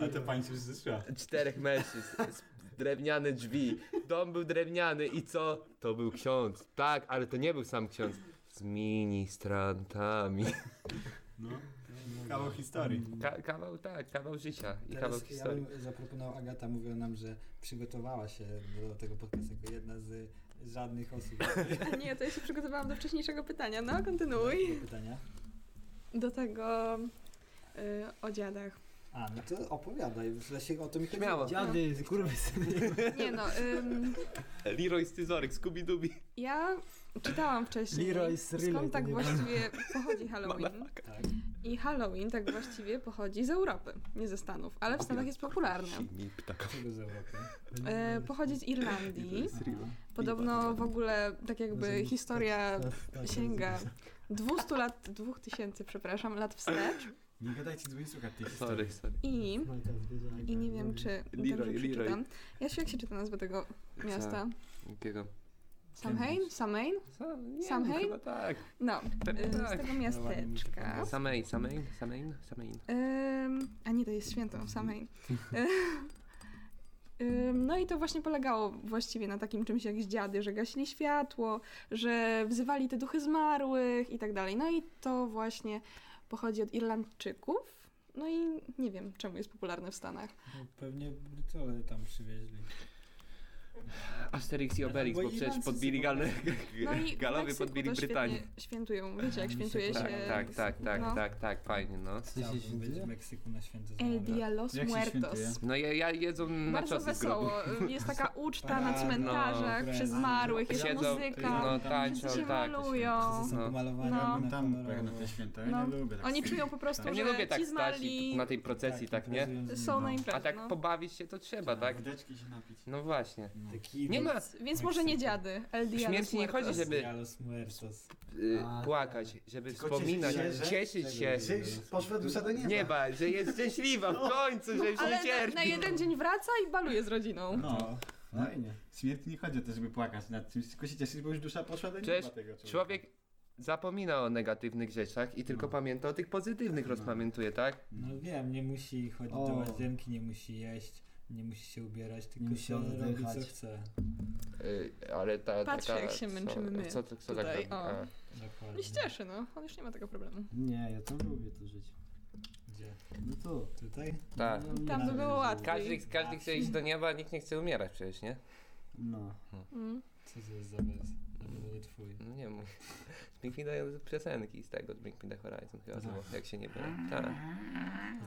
Speaker 1: A to pani się już zeszła.
Speaker 3: Czterech mężczyzn, s- drewniane drzwi, dom był drewniany i co? To był ksiądz. Tak, ale to nie był sam ksiądz. Z ministrantami.
Speaker 1: No. Kawał historii.
Speaker 3: Ka- kawał, tak, kawał życia i kawał
Speaker 2: Teraz ja
Speaker 3: historii.
Speaker 2: bym zaproponował, Agata mówiła nam, że przygotowała się do tego podcastu jako jedna z żadnych osób.
Speaker 5: Nie, to ja się przygotowałam do wcześniejszego pytania. No, kontynuuj.
Speaker 2: Do pytania.
Speaker 5: Do tego y, o dziadach.
Speaker 2: A, no to opowiadaj, w lesie o tym chodzi.
Speaker 3: Śmiało.
Speaker 6: Dziady, kurwa,
Speaker 5: Nie no, ym,
Speaker 3: Leroy Scyzoryk, Scooby-Dooby.
Speaker 5: ja czytałam wcześniej,
Speaker 6: Leroy is really,
Speaker 5: skąd tak
Speaker 6: to nie
Speaker 5: właściwie pochodzi Halloween.
Speaker 2: Tak.
Speaker 5: I Halloween tak właściwie pochodzi z Europy, nie ze Stanów, ale w Stanach jest popularny.
Speaker 2: Czego z Europy?
Speaker 5: E, pochodzi z Irlandii. Podobno w ogóle tak jakby historia sięga 200 lat, 2000, przepraszam, lat wstecz.
Speaker 1: Nie gadajcie złej słuchać tej historii.
Speaker 3: Sorry, sorry.
Speaker 5: I, i nie wiem, czy dobrze
Speaker 3: Leroy, Leroy.
Speaker 5: przeczytam. Ja się jak się czyta nazwę tego miasta?
Speaker 3: Jakiego?
Speaker 5: Samhain? Samhain?
Speaker 3: Sam, nie,
Speaker 5: Samhain?
Speaker 3: no chyba tak.
Speaker 5: No, y, z
Speaker 3: tak.
Speaker 5: tego miasteczka.
Speaker 3: Samhain, Samhain, Samhain, Samhain.
Speaker 5: Ym, a nie, to jest święto samej. Y, Ym, No i to właśnie polegało właściwie na takim czymś jak z dziady, że gasili światło, że wzywali te duchy zmarłych i tak dalej. No i to właśnie pochodzi od Irlandczyków. No i nie wiem, czemu jest popularne w Stanach.
Speaker 2: No, pewnie Brytole tam przywieźli.
Speaker 3: Asterix i
Speaker 2: Ale
Speaker 3: Obelix,
Speaker 2: bo
Speaker 3: bo przecież
Speaker 2: Irlandcy są
Speaker 3: podbili
Speaker 2: po
Speaker 3: Gal-
Speaker 2: prostu-
Speaker 5: No i w
Speaker 3: Galowie
Speaker 5: Meksyku
Speaker 3: podbili
Speaker 5: to
Speaker 3: Brytanię.
Speaker 5: świetnie świętują, wiecie jak świętuje się...
Speaker 3: Tak, tak, tak, tak,
Speaker 5: no.
Speaker 3: tak, tak, fajnie, no.
Speaker 2: Chciałbym być w Meksyku na święto
Speaker 5: El
Speaker 2: zmarłych.
Speaker 5: Dia Los
Speaker 1: Jak się świętuje?
Speaker 5: Muertos.
Speaker 3: No ja, ja jedzą na
Speaker 5: Bardzo
Speaker 3: czosy z grobu.
Speaker 5: wesoło. Y, Jest taka uczta
Speaker 2: Parada,
Speaker 5: na cmentarzach
Speaker 2: no,
Speaker 5: przy zmarłych, jest
Speaker 3: Siedzą,
Speaker 5: muzyka.
Speaker 3: no
Speaker 5: Wszyscy się
Speaker 3: tańczą, tak.
Speaker 5: malują.
Speaker 2: Wszyscy są
Speaker 3: No.
Speaker 2: pomalowani.
Speaker 5: No.
Speaker 1: Ja bym tam
Speaker 2: kolorowo.
Speaker 1: pojechał na te święta, ja
Speaker 5: No.
Speaker 1: nie lubię tak
Speaker 5: Oni czują po prostu,
Speaker 3: Ja nie
Speaker 5: że
Speaker 3: lubię tak
Speaker 5: ci
Speaker 3: stać i
Speaker 5: zmarli
Speaker 3: na tej procesji, tak, nie?
Speaker 2: imprezują z
Speaker 5: są
Speaker 2: nimi,
Speaker 5: na
Speaker 2: no.
Speaker 5: imprezie.
Speaker 3: A tak
Speaker 5: no.
Speaker 3: pobawić się to trzeba, tak?
Speaker 1: Wódeczki się napić.
Speaker 3: No właśnie.
Speaker 1: No.
Speaker 2: Taki
Speaker 3: Nie ma...
Speaker 5: Więc może nie dziady. El Dia
Speaker 3: Śmierci
Speaker 5: los
Speaker 3: nie chodzi,
Speaker 5: Muertos.
Speaker 3: żeby-
Speaker 2: Dialos Muertos.
Speaker 3: y,
Speaker 6: A,
Speaker 3: płakać, żeby
Speaker 1: Tylko
Speaker 3: wspominać,
Speaker 1: cieszyć się, że-
Speaker 3: cieszyć się.
Speaker 6: Poszła dusza do nieba.
Speaker 3: Nieba, że jest szczęśliwa w końcu, że już nie
Speaker 5: Ale na,
Speaker 3: cierpi.
Speaker 5: na jeden dzień wraca i baluje z rodziną.
Speaker 1: No. No i
Speaker 6: Fajnie.
Speaker 1: śmierć nie chodzi o to, żeby płakać nad czymś, tylko się cieszyć, bo już dusza poszła do nieba
Speaker 3: Przecież
Speaker 1: tego człowieka.
Speaker 3: Człowiek zapomina o negatywnych rzeczach i tylko
Speaker 1: No.
Speaker 3: pamięta o tych pozytywnych,
Speaker 1: No.
Speaker 3: rozpamiętuje, tak?
Speaker 2: No wiem, nie musi chodzić
Speaker 6: O.
Speaker 2: do łazienki, nie musi jeść, Nie musi się ubierać, tylko
Speaker 6: musi
Speaker 2: się robi co
Speaker 6: oddychać.
Speaker 2: chce.
Speaker 9: Y, ale ta
Speaker 5: Patrzcie,
Speaker 9: taka,
Speaker 5: jak się męczymy my
Speaker 9: Co, co, co
Speaker 3: tak
Speaker 5: tutaj,
Speaker 9: taka,
Speaker 5: o.
Speaker 9: a,
Speaker 2: Dokładnie.
Speaker 5: I się cieszy, no. On już nie ma tego problemu.
Speaker 6: Nie, ja to lubię tu żyć.
Speaker 2: Gdzie?
Speaker 6: No tu.
Speaker 2: Tutaj?
Speaker 9: ta.
Speaker 6: No,
Speaker 5: Tam
Speaker 6: nie,
Speaker 5: by było
Speaker 6: że-
Speaker 5: łatwiej.
Speaker 3: tak. Każdy, każdy chce iść do nieba, nikt nie chce umierać przecież, nie?
Speaker 6: No.
Speaker 5: Mm.
Speaker 2: Co to jest za bez? Na pewno nie twój.
Speaker 3: No nie mój. Z Bring Me The piosenki z tego, z Bring Me The Horizon chyba było, jak się nie mylę. Tak.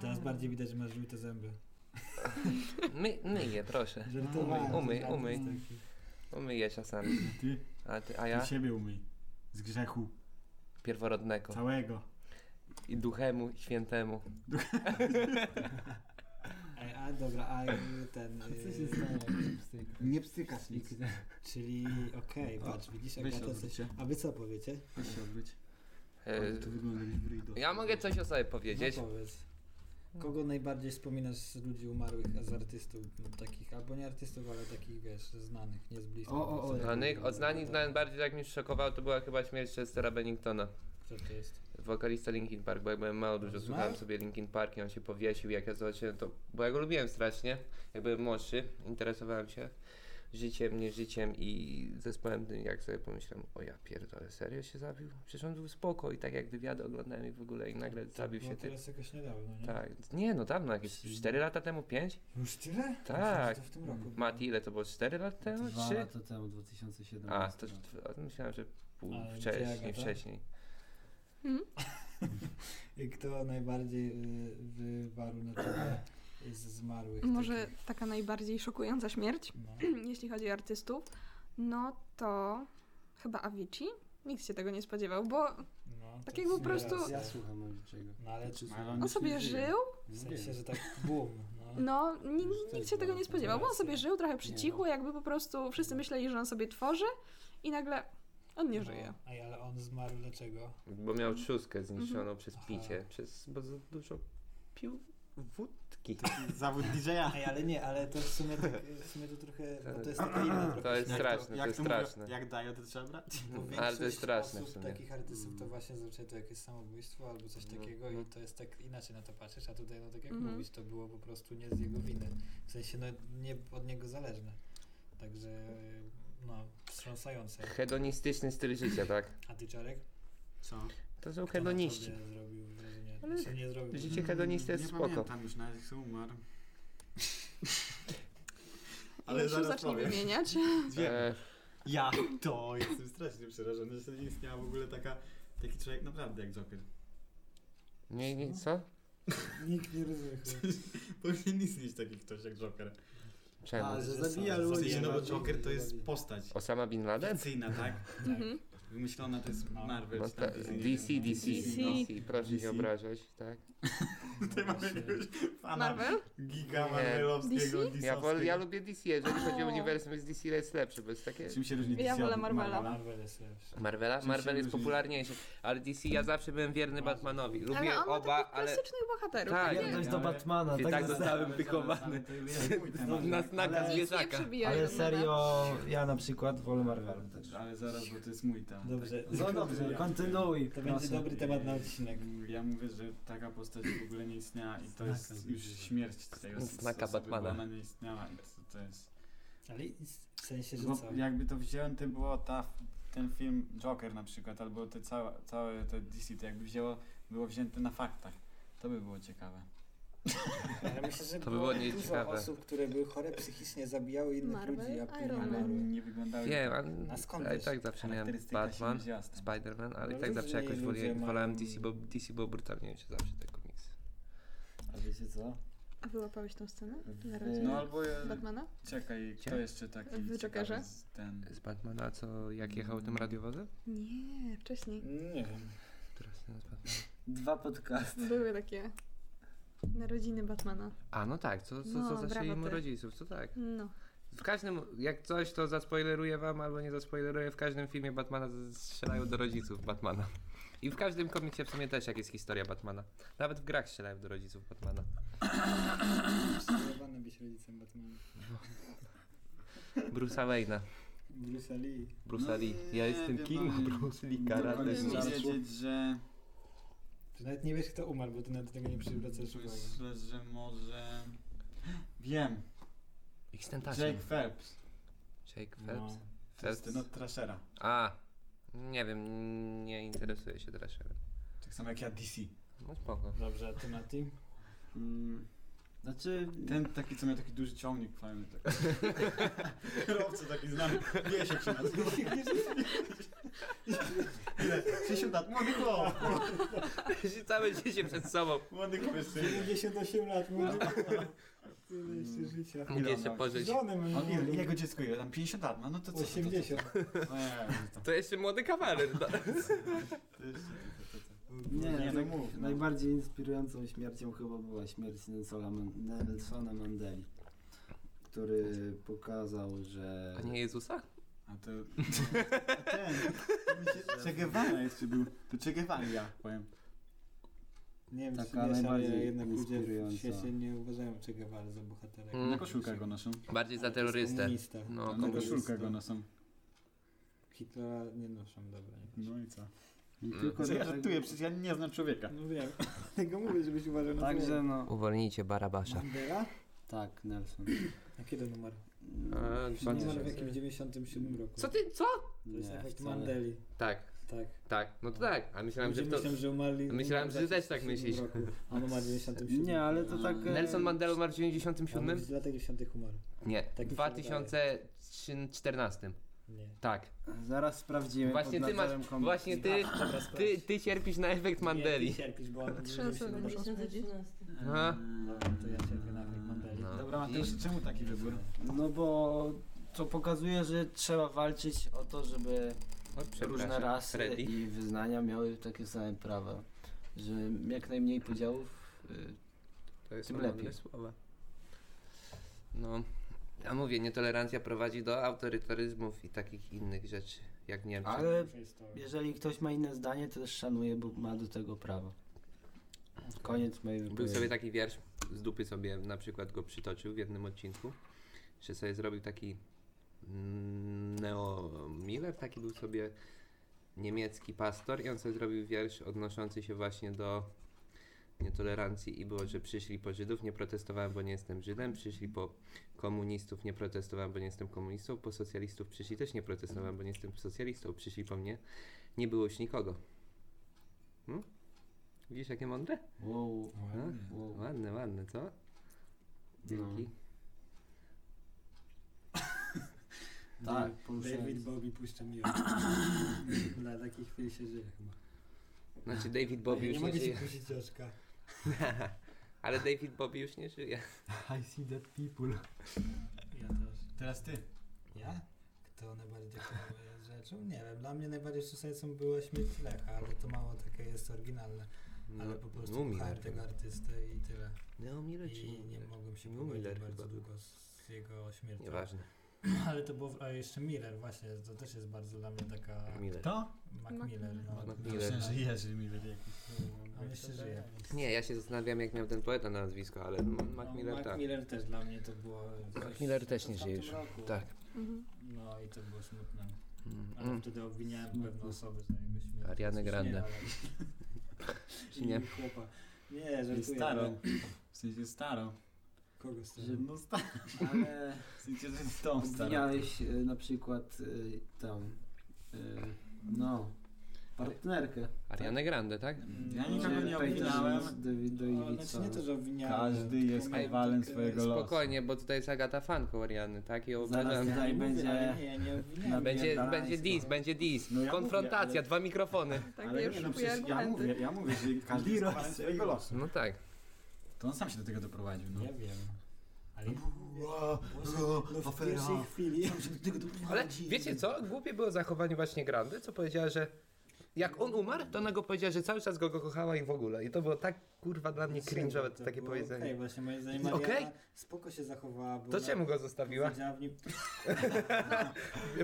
Speaker 2: Teraz bardziej widać, że masz żółte zęby.
Speaker 3: My, myję, proszę.
Speaker 2: Żartowałem,
Speaker 3: umyj,
Speaker 2: to żart
Speaker 3: umyj.
Speaker 2: jest taki.
Speaker 3: Umyję
Speaker 1: No
Speaker 3: czasami.
Speaker 7: Ty,
Speaker 3: A, ty, a
Speaker 7: ty
Speaker 3: ja
Speaker 7: siebie umyj. Z grzechu.
Speaker 3: pierworodnego
Speaker 7: Całego.
Speaker 3: i duchemu i świętemu.
Speaker 2: Ej, a dobra, a ten...
Speaker 6: Co
Speaker 2: y,
Speaker 6: się stało?
Speaker 7: Nie pstykasz
Speaker 6: Nigdy.
Speaker 2: Czyli okej, patrz, widzisz,
Speaker 7: Weź się
Speaker 2: Agata coś...
Speaker 7: odwróć się.
Speaker 2: A wy co powiecie?
Speaker 7: Weź się odwróć.
Speaker 3: E,
Speaker 7: To wygląda jak brydo.
Speaker 3: ja mogę coś o sobie powiedzieć.
Speaker 2: No powiedz. Kogo najbardziej wspominasz z ludzi umarłych, a z artystów no, takich, albo nie artystów, ale takich, wiesz, znanych, nie z bliskich.
Speaker 6: O, o, o,
Speaker 2: Co-
Speaker 3: Znanych, od znanych znałem bardziej, jak mnie szokowało, to była chyba śmierć Chestera Benningtona,
Speaker 2: Co to jest?
Speaker 3: wokalista Linkin Park, bo ja byłem mało dużo,
Speaker 2: Znasz?
Speaker 3: słuchałem sobie Linkin Park i on się powiesił, jak ja zobaczyłem to, bo ja go lubiłem strasznie, jak byłem młodszy, interesowałem się życiem, nie życiem i zespołem tym, jak sobie pomyślałem, o ja pierdolę, serio się zabił? Przecież on był spoko i tak jak wywiady oglądałem i w ogóle i nagle
Speaker 2: Tak, To
Speaker 3: zabił
Speaker 2: było
Speaker 3: się tym.
Speaker 2: teraz jakoś niedawno, nie?
Speaker 3: Tak, nie no dawno, jakieś
Speaker 2: Trzy-
Speaker 3: 4 lata temu, 5?
Speaker 2: Już tyle?
Speaker 3: Tak.
Speaker 2: Myślałem, że To w tym roku. było.
Speaker 3: Mati, ile to było, 4 lata temu?
Speaker 6: Dwa no.
Speaker 3: 3?
Speaker 6: lata temu, 2017.
Speaker 3: A, to, to myślałem, że pół
Speaker 2: tak, Ale tak? gdzie
Speaker 3: wcześniej,
Speaker 2: Agata?
Speaker 3: wcześniej.
Speaker 5: Hmm?
Speaker 2: I kto najbardziej y, wywarł na ciebie z zmarłych?
Speaker 5: Może
Speaker 2: Takich?
Speaker 5: taka najbardziej szokująca śmierć,
Speaker 2: No.
Speaker 5: jeśli chodzi o artystów, no to chyba Avicii. Nikt się tego nie spodziewał, bo
Speaker 2: No, to
Speaker 5: Tak jakby
Speaker 2: jest
Speaker 5: po prostu-
Speaker 2: racja.
Speaker 6: Ja słucham Maliczego.
Speaker 2: No ale czy
Speaker 7: Ale on
Speaker 5: on
Speaker 7: już nie
Speaker 5: sobie
Speaker 7: żyje.
Speaker 5: żył,
Speaker 2: w sensie, że tak boom, no.
Speaker 5: no ni- nikt się tego nie spodziewał, bo on sobie żył, trochę
Speaker 7: no.
Speaker 5: przycichło, jakby po prostu wszyscy myśleli, że on sobie tworzy i nagle on nie żyje.
Speaker 2: No. Ej, ale on zmarł dlaczego?
Speaker 3: Bo miał trzustkę zniszczoną przez
Speaker 2: Aha.
Speaker 3: picie, przez, bo za dużo pił wódki.
Speaker 1: Zawód DJ-a.
Speaker 2: Ej, ale nie, ale to w sumie, tak, w sumie to trochę, bo to jest taka inna
Speaker 3: To jest
Speaker 1: Jak
Speaker 3: straszne, to
Speaker 1: jak
Speaker 3: jest
Speaker 1: mówią,
Speaker 3: straszne.
Speaker 1: Jak dają, to trzeba brać.
Speaker 2: Bo
Speaker 3: Mm, Ale to
Speaker 2: większość
Speaker 3: jest straszne w
Speaker 2: osób,
Speaker 3: sumie.
Speaker 2: takich artystów to właśnie zazwyczaj to jakieś samobójstwo albo coś
Speaker 3: No,
Speaker 2: takiego
Speaker 3: no.
Speaker 2: i to jest tak inaczej na to patrzysz, a tutaj no tak jak
Speaker 5: Mhm.
Speaker 2: mówisz, to było po prostu nie z jego winy. W sensie no nie od niego zależne. Także no wstrząsające.
Speaker 3: Hedonistyczny styl życia, tak?
Speaker 2: A ty Czarek?
Speaker 7: Co?
Speaker 3: To
Speaker 2: Kto
Speaker 3: są
Speaker 2: na
Speaker 3: hedoniści.
Speaker 2: tobie zrobił wrażenie?
Speaker 3: Ale
Speaker 2: Znaczy, nie zrobił.
Speaker 3: Życie hedonisty
Speaker 1: Mm,
Speaker 3: jest
Speaker 7: nie
Speaker 3: spoko.
Speaker 7: pamiętam już nawet jak sobie umarł.
Speaker 5: I już zacznie wymieniać.
Speaker 3: E,
Speaker 1: Ja to jestem strasznie przerażony, że nie istniała w ogóle taka, taki człowiek naprawdę jak Joker.
Speaker 3: nie, nie, co?
Speaker 2: Nikt nie rozumie.
Speaker 1: Powinien istnieć taki ktoś jak Joker.
Speaker 3: Czemu?
Speaker 6: A, że zabija
Speaker 1: W
Speaker 6: ludzi.
Speaker 1: sensie, no bo
Speaker 6: zabija
Speaker 1: Joker to
Speaker 6: ludzi.
Speaker 1: jest postać
Speaker 3: Osama Bin Laden?
Speaker 1: fikcyjna, tak?
Speaker 5: Mhm.
Speaker 1: Wymyślona to jest
Speaker 2: No.
Speaker 1: Marvel
Speaker 3: No
Speaker 1: czy tam
Speaker 3: ta-
Speaker 1: Disney. no.
Speaker 3: DC, DC,
Speaker 5: DC.
Speaker 3: DC, proszę
Speaker 1: DC.
Speaker 3: nie obrażać, tak?
Speaker 1: Tutaj mamy jakiegoś fana
Speaker 5: Marvel?
Speaker 1: giga marvelowskiego,
Speaker 5: DC?
Speaker 3: Ja, wol, ja
Speaker 1: disowskiego.
Speaker 3: lubię DC, jeżeli chodzi o
Speaker 5: O.
Speaker 3: uniwersum, jest DC jest lepszy, bo jest takie...
Speaker 7: Czym się różni
Speaker 5: Ja
Speaker 7: DC
Speaker 5: wolę
Speaker 7: od
Speaker 5: Marvela.
Speaker 2: Marvel jest lepszy.
Speaker 3: Marvela?
Speaker 7: się
Speaker 3: Marvel jest
Speaker 7: różni?
Speaker 3: popularniejszy, ale DC ja zawsze byłem wierny Batmanowi. Lubię
Speaker 5: Ale on ma
Speaker 3: oba,
Speaker 5: takich
Speaker 3: ale...
Speaker 5: klasycznych bohaterów.
Speaker 3: Tak,
Speaker 5: takie-
Speaker 6: Ja dość do
Speaker 7: Ale-
Speaker 6: Batmana,
Speaker 3: I tak
Speaker 6: tak
Speaker 3: zostałem wychowany.
Speaker 7: No,
Speaker 3: Na znaka
Speaker 6: Ale-
Speaker 5: Nic nie
Speaker 3: zwierzaka.
Speaker 5: przebija
Speaker 6: Ale
Speaker 5: Ironmana.
Speaker 6: serio, ja na przykład wolę Marvela też.
Speaker 7: Ale zaraz, bo to jest mój temat. tak?
Speaker 2: Dobrze.
Speaker 6: No dobrze, kontynuuj.
Speaker 2: To będzie
Speaker 6: proszę.
Speaker 2: dobry temat na odcinek.
Speaker 7: Ja mówię, że taka postać w ogóle nie istniała i to
Speaker 2: Znaka
Speaker 7: jest
Speaker 2: zbliżenia.
Speaker 7: już śmierć tej os-
Speaker 3: Znaka
Speaker 7: osoby, bo
Speaker 3: Batmana.
Speaker 7: ona nie istniała i to, to jest...
Speaker 2: Ale is- w sensie, że
Speaker 1: No,
Speaker 7: Bo
Speaker 2: co?
Speaker 7: No, jakby to wziąłem, to było ta, ten film Joker na przykład, albo te całe, całe te DC, to jakby wzięło, było wzięte na faktach. To by było ciekawe.
Speaker 2: Ale myślę, że
Speaker 3: To by
Speaker 2: było
Speaker 3: było
Speaker 2: dużo
Speaker 3: nieciekawe.
Speaker 2: osób, które były chore psychicznie, zabijały innych
Speaker 5: Marvel,
Speaker 2: ludzi, a później
Speaker 5: Iron Man.
Speaker 7: Ale
Speaker 2: umarły.
Speaker 7: nie wyglądały...
Speaker 3: Wiem, ale,
Speaker 2: A skąd
Speaker 3: ale i
Speaker 2: wiesz?
Speaker 3: tak zawsze miałem
Speaker 7: Charakterystyka się
Speaker 3: Batman,
Speaker 7: nie wzięła z tego.
Speaker 3: Spider-Man, ale i
Speaker 2: No
Speaker 3: tak zawsze
Speaker 2: różni
Speaker 3: jakoś
Speaker 2: ludzie
Speaker 3: wolałem,
Speaker 2: mają-
Speaker 3: wolałem DC, bo DC było brutalniejsze zawsze te komiksy.
Speaker 6: A wiecie co?
Speaker 5: A wyłapałeś tą scenę? Na
Speaker 6: W-
Speaker 5: razie.
Speaker 7: No albo... e,
Speaker 5: Batmana?
Speaker 7: Czekaj, kto
Speaker 3: Gdzie?
Speaker 7: jeszcze taki
Speaker 5: W
Speaker 7: ciekawy
Speaker 5: Jokerze?
Speaker 7: z- Ten...
Speaker 3: Z Batmana, co, jak jechał tym radiowozem?
Speaker 5: Nie, wcześniej.
Speaker 7: Nie wiem.
Speaker 3: Teraz nie nazywam.
Speaker 6: Dwa podcasty.
Speaker 5: Były takie narodziny Batmana.
Speaker 3: A no tak, co, co,
Speaker 5: No,
Speaker 3: co zaczęli
Speaker 5: brawo
Speaker 3: mu
Speaker 5: ty.
Speaker 3: rodziców, to tak.
Speaker 5: No.
Speaker 3: W każdym, jak coś, to zaspoileruję wam albo nie zaspoileruję, w każdym filmie Batmana z- strzelają do rodziców Batmana. I w każdym komiksie w sumie też jak jest historia Batmana. Nawet w grach strzelają do rodziców Batmana.
Speaker 2: Przejebane być rodzicem Batmana.
Speaker 3: Bruce'a Wayne'a,
Speaker 2: Bruce Lee.
Speaker 7: No,
Speaker 3: Bruce'a Lee.
Speaker 2: No,
Speaker 3: Ja jestem King Bruce Lee, karate.
Speaker 7: Karate
Speaker 3: man.
Speaker 7: wiedzieć, że...
Speaker 2: Ty nawet nie wiesz, kto umarł, bo ty nawet do tego nie przywracasz uwagi.
Speaker 7: Myślę, że może... Wiem.
Speaker 3: Xtentacion.
Speaker 7: Jake Phelps.
Speaker 3: Jake Phelps?
Speaker 7: No, to jest ten od Trashera.
Speaker 3: A, nie wiem, nie interesuję się Trasherem.
Speaker 7: Tak samo jak ja DC.
Speaker 3: No spoko.
Speaker 2: Dobrze, a ty Mati?
Speaker 4: Mm, znaczy,
Speaker 7: Ten taki, co miał taki duży ciągnik, fajny. Tak. Kierowca taki znany. Wie się przy nas. Ile? 60 lat. Młody chłop.
Speaker 3: Całe dziecię przed sobą.
Speaker 7: Młody kobiety.
Speaker 2: 58 lat, może. Tyle jeszcze życia.
Speaker 3: Mógł
Speaker 7: Ile on
Speaker 3: jeszcze
Speaker 7: ma?
Speaker 3: pożyć.
Speaker 2: Żonę mam.
Speaker 7: On ile? Jego dziecko ile? Tam 50 lat ma? No to co?
Speaker 2: 80.
Speaker 7: To, to, to,
Speaker 3: To jeszcze młody kawaler. No.
Speaker 7: to jeszcze, to, to, to.
Speaker 6: Nie,
Speaker 7: Nie,
Speaker 6: tak,
Speaker 7: no mów, no.
Speaker 6: najbardziej inspirującą śmiercią chyba była śmierć Nelsona, Man- Nelsona Mandeli, który pokazał, że...
Speaker 3: A nie Jezusa?
Speaker 7: A to... A ten... ten się- Che Guevara jeszcze był. To Che Guevara ja powiem.
Speaker 2: Nie wiem,
Speaker 6: Taka
Speaker 2: czy wiesz, ale ja
Speaker 6: najbardziej
Speaker 2: jednak ludzie w
Speaker 6: inspirująca.
Speaker 2: świecie nie uważają Che Guevara za bohatera.
Speaker 3: Mm.
Speaker 7: Na koszulkę go noszą.
Speaker 3: Bardziej za
Speaker 2: Ale to jest
Speaker 3: terrorystę.
Speaker 2: komunista.
Speaker 3: No,
Speaker 7: Na
Speaker 3: komunista.
Speaker 7: koszulkę go noszą.
Speaker 2: Hitlera nie noszą, dobra. nie.
Speaker 7: No i co?
Speaker 6: I
Speaker 3: Mm.
Speaker 6: tylko
Speaker 7: Co ja
Speaker 6: dlatego-
Speaker 7: żartuję, przecież ja nie znam człowieka.
Speaker 2: No wiem, tego mówię, żebyś uważał na
Speaker 6: Także no,
Speaker 3: Uwolnijcie Barabasza.
Speaker 2: Bandera?
Speaker 6: tak, Nelson.
Speaker 2: A kiedy numer?
Speaker 3: A,
Speaker 2: Numer w
Speaker 3: 2000.
Speaker 2: jakimś 97 roku.
Speaker 3: Co ty, co?
Speaker 2: To jest efekt
Speaker 6: wcale.
Speaker 2: Mandeli.
Speaker 3: Tak,
Speaker 2: Tak.
Speaker 3: tak, no to tak. A myślałem, że
Speaker 2: Ludzie
Speaker 3: w to...
Speaker 2: myślą, że umarli.
Speaker 3: Myślałem,
Speaker 2: umarł
Speaker 3: że
Speaker 2: w
Speaker 3: też tak
Speaker 2: 97
Speaker 3: myślisz.
Speaker 2: roku, A on umarł w 97.
Speaker 6: Nie, ale to tak... e,
Speaker 3: Nelson Mandela umarł w
Speaker 2: On
Speaker 3: 97?
Speaker 2: w latach 10 umarł.
Speaker 3: Nie,
Speaker 2: Tak mi się
Speaker 3: 2014.
Speaker 2: Nie.
Speaker 3: Tak.
Speaker 6: Zaraz sprawdzimy
Speaker 3: Właśnie
Speaker 6: pod
Speaker 3: ty masz-
Speaker 6: nadzorem komisji.
Speaker 3: Właśnie ty, ty, ty cierpisz na efekt
Speaker 2: Nie,
Speaker 3: Mandeli.
Speaker 2: ty cierpisz, bo on
Speaker 5: Trzeba
Speaker 2: się
Speaker 5: sobie
Speaker 2: umarł. Dobra, Tak.
Speaker 3: Aha.
Speaker 2: Mm, no, to ja cierpię na efekt Mandeli.
Speaker 3: No.
Speaker 7: Dobra, Mateusz, czemu taki wybór?
Speaker 6: No bo to pokazuje, że trzeba walczyć o to, żeby
Speaker 3: O, przepraszam,
Speaker 6: różne rasy
Speaker 3: Freddy.
Speaker 6: i wyznania miały takie same prawa. Że jak najmniej podziałów. y,
Speaker 3: To jest
Speaker 6: Tym
Speaker 3: normalne
Speaker 6: lepiej.
Speaker 3: słowa. No, ja mówię, nietolerancja prowadzi do autorytaryzmów i takich innych rzeczy, jak Niemcy.
Speaker 6: Ale
Speaker 2: Historia.
Speaker 6: jeżeli ktoś ma inne zdanie, to też szanuje, bo ma do tego prawo. Koniec mojej
Speaker 3: Był
Speaker 6: wypowiedzi.
Speaker 3: sobie tak- taki wiersz, z dupy sobie na przykład go przytoczył w jednym odcinku, że sobie zrobił taki mm, Neo Miller, taki był sobie niemiecki pastor i on sobie zrobił wiersz odnoszący się właśnie do nietolerancji i było, że przyszli po Żydów, nie protestowałem, bo nie jestem Żydem, przyszli po komunistów, nie protestowałem, bo nie jestem komunistą, po socjalistów przyszli też nie protestowałem, bo nie jestem socjalistą, przyszli po mnie, nie było już nikogo. Hmm? Widzisz, jakie mądre?
Speaker 6: Wow,
Speaker 3: No?
Speaker 6: wow.
Speaker 3: Ładne, ładne, co? Dzięki. No.
Speaker 6: Tak,
Speaker 2: David
Speaker 6: poruszające.
Speaker 2: Bowie puszcza mi Na takiej chwili się żyje chyba.
Speaker 3: Znaczy David Bobby
Speaker 2: Ja
Speaker 3: już
Speaker 2: No. nie
Speaker 3: nie,
Speaker 2: mogę ci
Speaker 3: żyje.
Speaker 2: puścić oczka.
Speaker 3: Ale David Bobby już nie żyje.
Speaker 7: I see that people.
Speaker 2: Ja też.
Speaker 7: Teraz ty.
Speaker 2: Ja? Kto najbardziej kochał rzeczą? Nie wiem, dla mnie najbardziej sukcesem była śmierć Lecha, ale to mało takie jest oryginalne. Ale po prostu kochałem tego artystę i tyle.
Speaker 3: No Miller czy
Speaker 2: I
Speaker 3: nie
Speaker 2: nie
Speaker 3: Miller?
Speaker 2: mogłem się
Speaker 3: No,
Speaker 2: pogodzić
Speaker 3: Miller
Speaker 2: bardzo
Speaker 3: chyba był.
Speaker 2: długo z jego śmiercią.
Speaker 3: Nieważne.
Speaker 2: Ale to było, a jeszcze Miller właśnie, to też jest bardzo dla mnie taka...
Speaker 3: Miller.
Speaker 7: To?
Speaker 2: Mac
Speaker 5: Mac
Speaker 2: Miller. No,
Speaker 3: Mac
Speaker 2: Miller.
Speaker 3: Miller. tak.
Speaker 7: Myślę, że Jerzy mi będzie jakiś.
Speaker 2: A myślę, że żyje.
Speaker 3: Nie, ja się zastanawiam jak miał ten poeta na nazwisko, ale M- Mac
Speaker 2: No,
Speaker 3: Miller
Speaker 2: Mac
Speaker 3: tak.
Speaker 2: Miller też dla mnie to było... coś-
Speaker 3: Miller też nie
Speaker 2: w
Speaker 3: żyje
Speaker 2: tamtym
Speaker 3: już.
Speaker 2: roku.
Speaker 3: Tak.
Speaker 5: Mhm.
Speaker 2: No i to było smutne.
Speaker 3: Mm,
Speaker 2: Ale
Speaker 3: mm.
Speaker 2: wtedy obwiniałem pewne osoby za jego śmierć.
Speaker 3: Ariana
Speaker 2: Coś nie,
Speaker 3: Grande.
Speaker 2: ale-
Speaker 3: Czy nie?
Speaker 2: I chłopa. Nie, żartuję.
Speaker 7: Staro.
Speaker 2: ale-
Speaker 7: W sensie staro.
Speaker 2: Kogo staro?
Speaker 6: Że-
Speaker 7: No staro.
Speaker 6: Ale
Speaker 7: W sensie, że tą starą.
Speaker 6: obwiniałeś e, na przykład e, tam. e, No, partnerkę.
Speaker 3: Ariana Grande, tak?
Speaker 2: Mm,
Speaker 7: Ja nikogo
Speaker 6: Że
Speaker 7: nie
Speaker 6: Peyton
Speaker 7: obwiniałem.
Speaker 6: z Davido i
Speaker 2: O, znaczy nie to, że obwiniałem.
Speaker 7: Każdy jest
Speaker 2: tylko miałem
Speaker 7: kawalem
Speaker 2: takie-
Speaker 7: swojego losu.
Speaker 3: Spokojnie, bo tutaj jest Agata fanką Ariany, tak? I
Speaker 6: Zaraz
Speaker 3: obrażam.
Speaker 2: Ja
Speaker 6: tutaj
Speaker 2: nie mówię, ale
Speaker 6: będzie.
Speaker 2: Nie, nie obwiniałem.
Speaker 3: Będzie,
Speaker 6: Daj,
Speaker 3: będzie
Speaker 6: daj,
Speaker 3: dis, będzie dis.
Speaker 7: No ja mówię,
Speaker 3: Konfrontacja,
Speaker 7: ale-
Speaker 3: dwa mikrofony.
Speaker 5: Tak,
Speaker 7: Ale
Speaker 5: ja
Speaker 7: nie,
Speaker 5: już
Speaker 7: no
Speaker 5: kupuję
Speaker 7: przecież ja
Speaker 5: argumenty.
Speaker 7: mówię, ja mówię, że każdy jest
Speaker 6: Liros,
Speaker 7: kawalem swojego losu.
Speaker 3: No tak.
Speaker 7: To on sam się do tego doprowadził, no.
Speaker 2: Ja wiem. Ale
Speaker 7: Ła,
Speaker 2: no,
Speaker 7: ła,
Speaker 2: w pierwszej chwili...
Speaker 3: Ale wiecie co? Głupie było zachowanie właśnie Grandy, co powiedziała, że jak on umarł, to ona go powiedziała, że cały czas go, go kochała i w ogóle. I to było tak kurwa dla mnie cringe'owe
Speaker 2: było
Speaker 3: to takie
Speaker 2: tak, Okej,
Speaker 3: powiedzenie.
Speaker 2: właśnie moim zdaniem
Speaker 3: Okej.
Speaker 2: Mariana spoko się zachowała, bo
Speaker 3: To
Speaker 2: ona
Speaker 3: czemu go zostawiła?
Speaker 2: powiedziała w nim...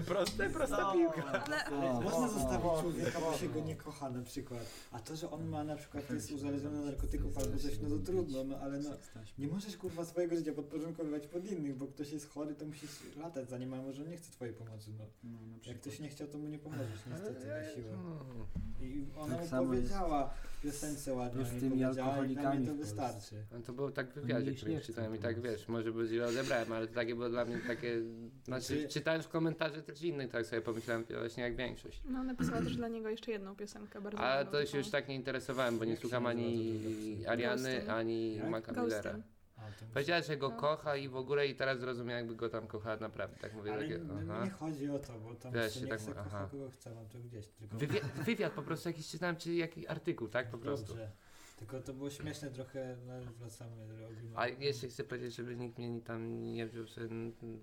Speaker 3: Proste, prosta
Speaker 2: No.
Speaker 3: piłka.
Speaker 5: Ale
Speaker 6: O,
Speaker 2: Można
Speaker 6: o, No,
Speaker 2: zostawić
Speaker 6: o,
Speaker 2: człowieka,
Speaker 6: o,
Speaker 2: bo się go
Speaker 6: o.
Speaker 2: nie kocha na przykład. A to, że on ma na przykład jest uzależniony od narkotyków albo coś, no to trudno, no ale no... Nie możesz kurwa swojego życia podporządkowywać pod innych, bo ktoś jest chory, to musisz latać za nim, a może on nie chce twojej pomocy, no.
Speaker 7: No, na
Speaker 2: Jak
Speaker 7: przykład.
Speaker 2: ktoś nie chciał, to mu nie pomożesz niestety na siłę.
Speaker 3: No,
Speaker 2: I ona
Speaker 6: Tak
Speaker 2: mu
Speaker 6: samo jest-
Speaker 2: powiedziała w piosence ładnie,
Speaker 6: jest
Speaker 2: mi
Speaker 6: z tymi
Speaker 2: powiedziała i dla
Speaker 6: alkoholikami
Speaker 2: mnie
Speaker 6: w
Speaker 2: to
Speaker 6: Polsce.
Speaker 2: wystarczy.
Speaker 3: No to było tak w
Speaker 6: Oni
Speaker 3: wywiadzie,
Speaker 6: ich nie
Speaker 3: który
Speaker 6: chcą
Speaker 3: czytałem i
Speaker 6: po
Speaker 3: tak
Speaker 6: prostu.
Speaker 3: wiesz, może by źle odebrałem, ale to takie było dla mnie takie, znaczy
Speaker 2: Znaczy-
Speaker 3: czytałem w komentarze też innych, tak sobie pomyślałem właśnie jak większość.
Speaker 5: No, napisała też dla niego jeszcze jedną piosenkę bardzo
Speaker 3: Ale
Speaker 5: ładną,
Speaker 3: to się
Speaker 5: taką
Speaker 3: już tak nie interesowałem, bo nie
Speaker 2: Jak się
Speaker 3: słucham
Speaker 2: nazywa ta
Speaker 3: ani
Speaker 2: druga piosenka?
Speaker 3: Ariany,
Speaker 5: Ghostem.
Speaker 3: ani
Speaker 2: Jak?
Speaker 3: Maca Millera.
Speaker 5: Ghostem.
Speaker 2: A, to
Speaker 3: Powiedziała, że go
Speaker 5: No.
Speaker 3: kocha i w ogóle i teraz zrozumiałem, jakby go tam kochała naprawdę, tak mówię
Speaker 2: Ale
Speaker 3: takie,
Speaker 2: n-
Speaker 3: aha.
Speaker 2: nie chodzi o to, bo tam
Speaker 3: Wiesz,
Speaker 2: się
Speaker 3: się
Speaker 2: nie
Speaker 3: tak
Speaker 2: chce
Speaker 3: mówi,
Speaker 2: kocha,
Speaker 3: aha.
Speaker 2: kogo chce, mam to gdzieś. Tylko
Speaker 3: Wywiad, wywiad po prostu jakiś czytałem, czy jakiś artykuł, tak po prostu.
Speaker 2: Dobrze. Tylko to było śmieszne trochę, no, wracamy, robimy.
Speaker 3: A jeszcze chcę powiedzieć, żeby nikt mnie tam nie wziął, sobie,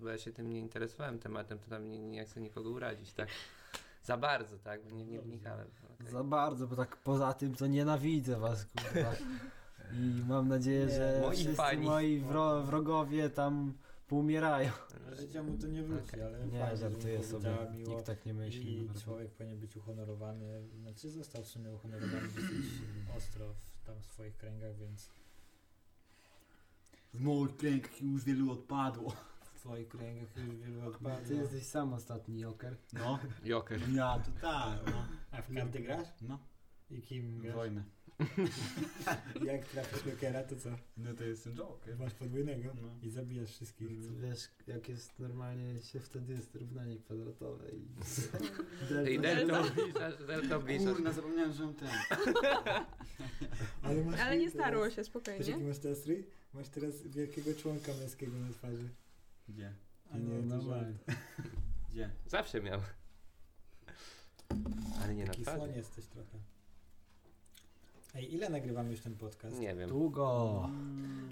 Speaker 3: bo ja się tym nie interesowałem tematem, to tam nie, nie chcę nikogo urazić, tak? Za bardzo, tak? Bo nie, nie wnikałem. Okej.
Speaker 6: Za bardzo, bo tak poza tym to nienawidzę was, kurwa. I mam nadzieję,
Speaker 2: Nie,
Speaker 6: że
Speaker 3: moi
Speaker 6: wszyscy
Speaker 3: fani.
Speaker 6: moi No. wro- wrogowie tam poumierają.
Speaker 2: Życia mu No, to nie wróci,
Speaker 3: Okej.
Speaker 2: ale
Speaker 6: Tak. Nie,
Speaker 2: fajnie, że mu
Speaker 6: żartuję sobie.
Speaker 2: powiedziała miło.
Speaker 6: Nikt tak nie myśli.
Speaker 2: I człowiek powinien być uhonorowany, znaczy został w sumie uhonorowany dosyć ostro w tam swoich kręgach, więc
Speaker 7: Z moich kręg już wielu odpadło.
Speaker 2: w twoich kręgach już wielu
Speaker 6: Ty
Speaker 2: odpadło.
Speaker 6: jesteś sam ostatni joker.
Speaker 7: No,
Speaker 3: Joker.
Speaker 7: ja to tak. No.
Speaker 2: A w karty grasz?
Speaker 7: No,
Speaker 2: I kim grasz?
Speaker 7: wojnę.
Speaker 2: Jak trafisz Jokera, to co?
Speaker 7: No to jest Joker.
Speaker 2: Masz podwójnego
Speaker 7: No.
Speaker 2: i zabijasz wszystkich.
Speaker 6: Wiesz, jak jest normalnie, się wtedy jest równanie kwadratowe i...
Speaker 3: I
Speaker 6: Delta-
Speaker 3: Delta Blizzard, Delta Blizzard.
Speaker 7: Kurna, zapomniałem, że mam ten.
Speaker 2: Ale, masz
Speaker 5: Ale nie
Speaker 2: teraz-
Speaker 5: starło się,
Speaker 2: Wiesz jaki
Speaker 5: spokojnie.
Speaker 2: masz teraz strój? Masz teraz wielkiego członka męskiego na twarzy.
Speaker 7: Gdzie?
Speaker 2: A nie,
Speaker 6: No,
Speaker 2: to
Speaker 6: normalnie.
Speaker 2: żart.
Speaker 7: Gdzie?
Speaker 3: Zawsze miał. Ale nie na
Speaker 2: Taki słoń
Speaker 3: twarzy.
Speaker 2: jesteś trochę. Ej, ile nagrywamy już ten podcast?
Speaker 3: Nie wiem.
Speaker 6: Długo!
Speaker 7: Mm,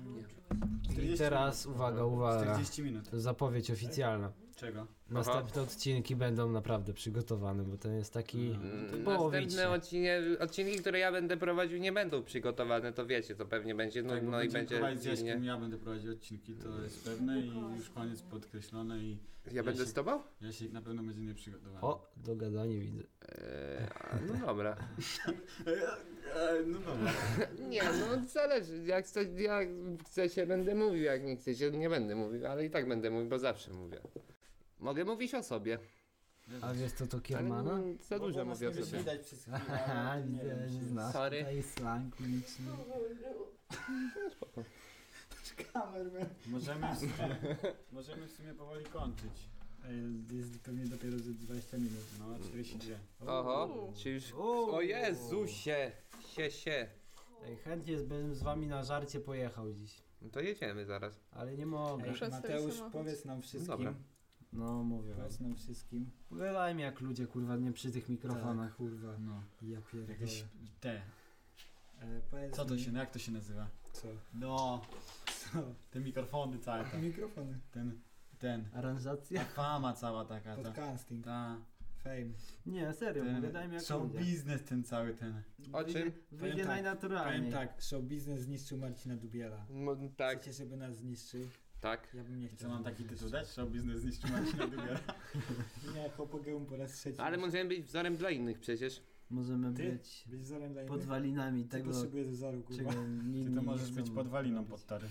Speaker 6: I
Speaker 7: 40
Speaker 6: teraz uwaga, uwaga.
Speaker 7: 40 minut.
Speaker 6: Zapowiedź oficjalna.
Speaker 7: Czego?
Speaker 6: Następne odcinki będą naprawdę przygotowane, bo ten jest taki...
Speaker 3: Mm,
Speaker 6: połowicznie.
Speaker 3: Następne odcinie, odcinki, które ja będę prowadził, nie będą przygotowane, to wiecie, to pewnie będzie. No,
Speaker 7: tak, bo
Speaker 3: no i
Speaker 7: będziemy
Speaker 3: będzie.
Speaker 7: prowadzić z
Speaker 3: dziwnie.
Speaker 7: Jaśkiem, ja będę prowadził odcinki, to jest pewne i już koniec podkreślone i
Speaker 3: Ja będę
Speaker 7: Jasiek.
Speaker 3: z tobą?
Speaker 7: Jasiek na pewno będzie nieprzygotowany.
Speaker 6: O, dogadanie widzę.
Speaker 3: Eee, a, no dobra.
Speaker 7: E, e, No dobra.
Speaker 3: Nie, no zależy. Jak chcę, jak chcę się będę mówił, jak nie chcę się nie będę mówił, ale i tak będę mówił, bo zawsze mówię. Mogę mówić o sobie.
Speaker 6: A wiesz co to
Speaker 3: Ale
Speaker 6: Kiermana?
Speaker 3: nie- za dużo mówię o sobie.
Speaker 7: Widać przez chwilę,
Speaker 6: Aha,
Speaker 7: ale nie
Speaker 6: widzę,
Speaker 7: wiem,
Speaker 6: że
Speaker 7: czy-
Speaker 6: znasz
Speaker 3: Sorry.
Speaker 6: tutaj slang uliczny.
Speaker 1: Możemy w sumie, możemy w sumie powoli kończyć.
Speaker 2: Ej, Jest pewnie dopiero ze 20 minut.
Speaker 1: No, 42.
Speaker 3: Oho, czy już...
Speaker 6: Uuu.
Speaker 3: O Jezusie! Sie, się.
Speaker 6: Ej, Chętnie bym z wami na żarcie pojechał dziś,
Speaker 3: No to jedziemy zaraz.
Speaker 6: ale nie mogę.
Speaker 2: Ej,
Speaker 5: Muszę
Speaker 2: Mateusz,
Speaker 5: sobie
Speaker 2: powiedz nam wszystkim.
Speaker 3: Dobra.
Speaker 6: No mówię wam.
Speaker 2: Powiedz nam wszystkim.
Speaker 6: Pogadajmy jak ludzie, kurwa, nie przy tych mikrofonach.
Speaker 2: Tak, kurwa.
Speaker 1: No,
Speaker 2: Ja pierdolę.
Speaker 1: jakieś te.
Speaker 2: E, powiedz
Speaker 1: Co to
Speaker 2: mi-
Speaker 1: się, no jak to się nazywa?
Speaker 2: Co?
Speaker 1: No, te mikrofony całe tam.
Speaker 2: Mikrofony.
Speaker 1: Ten, ten.
Speaker 6: Aranżacja?
Speaker 1: Ta fama cała taka. Ta,
Speaker 2: Podcasting.
Speaker 1: ta,
Speaker 2: Fame.
Speaker 6: Nie, serio,
Speaker 1: ten
Speaker 6: pogadajmy jak
Speaker 1: show
Speaker 6: ludzie.
Speaker 1: biznes ten cały ten.
Speaker 3: O
Speaker 6: Wyjdzie-
Speaker 3: czym?
Speaker 6: Wyjdzie
Speaker 2: Powiem tak, Powiem
Speaker 6: najnaturalniej.
Speaker 2: tak, show biznes zniszczył Marcina Dubiela.
Speaker 3: No, tak,
Speaker 2: Chcecie, żeby nas zniszczył?
Speaker 3: tak.
Speaker 2: Ja bym nie
Speaker 1: I
Speaker 2: chciał.
Speaker 1: co mam taki tytuł dać? Show biznes zniszczył Marcina Dubiela.
Speaker 2: Nie, Hopogeum po raz trzeci.
Speaker 3: Ale możemy być wzorem dla innych przecież.
Speaker 6: Możemy
Speaker 2: Ty?
Speaker 6: być
Speaker 2: Być wzorem dla innych.
Speaker 6: podwalinami
Speaker 2: Ty
Speaker 6: tego,
Speaker 2: potrzebujesz wzoru, kurwa.
Speaker 6: czego inni
Speaker 1: Ty to
Speaker 6: nie
Speaker 1: możesz
Speaker 6: chcą
Speaker 1: być podwaliną
Speaker 6: robić.
Speaker 1: pod tory.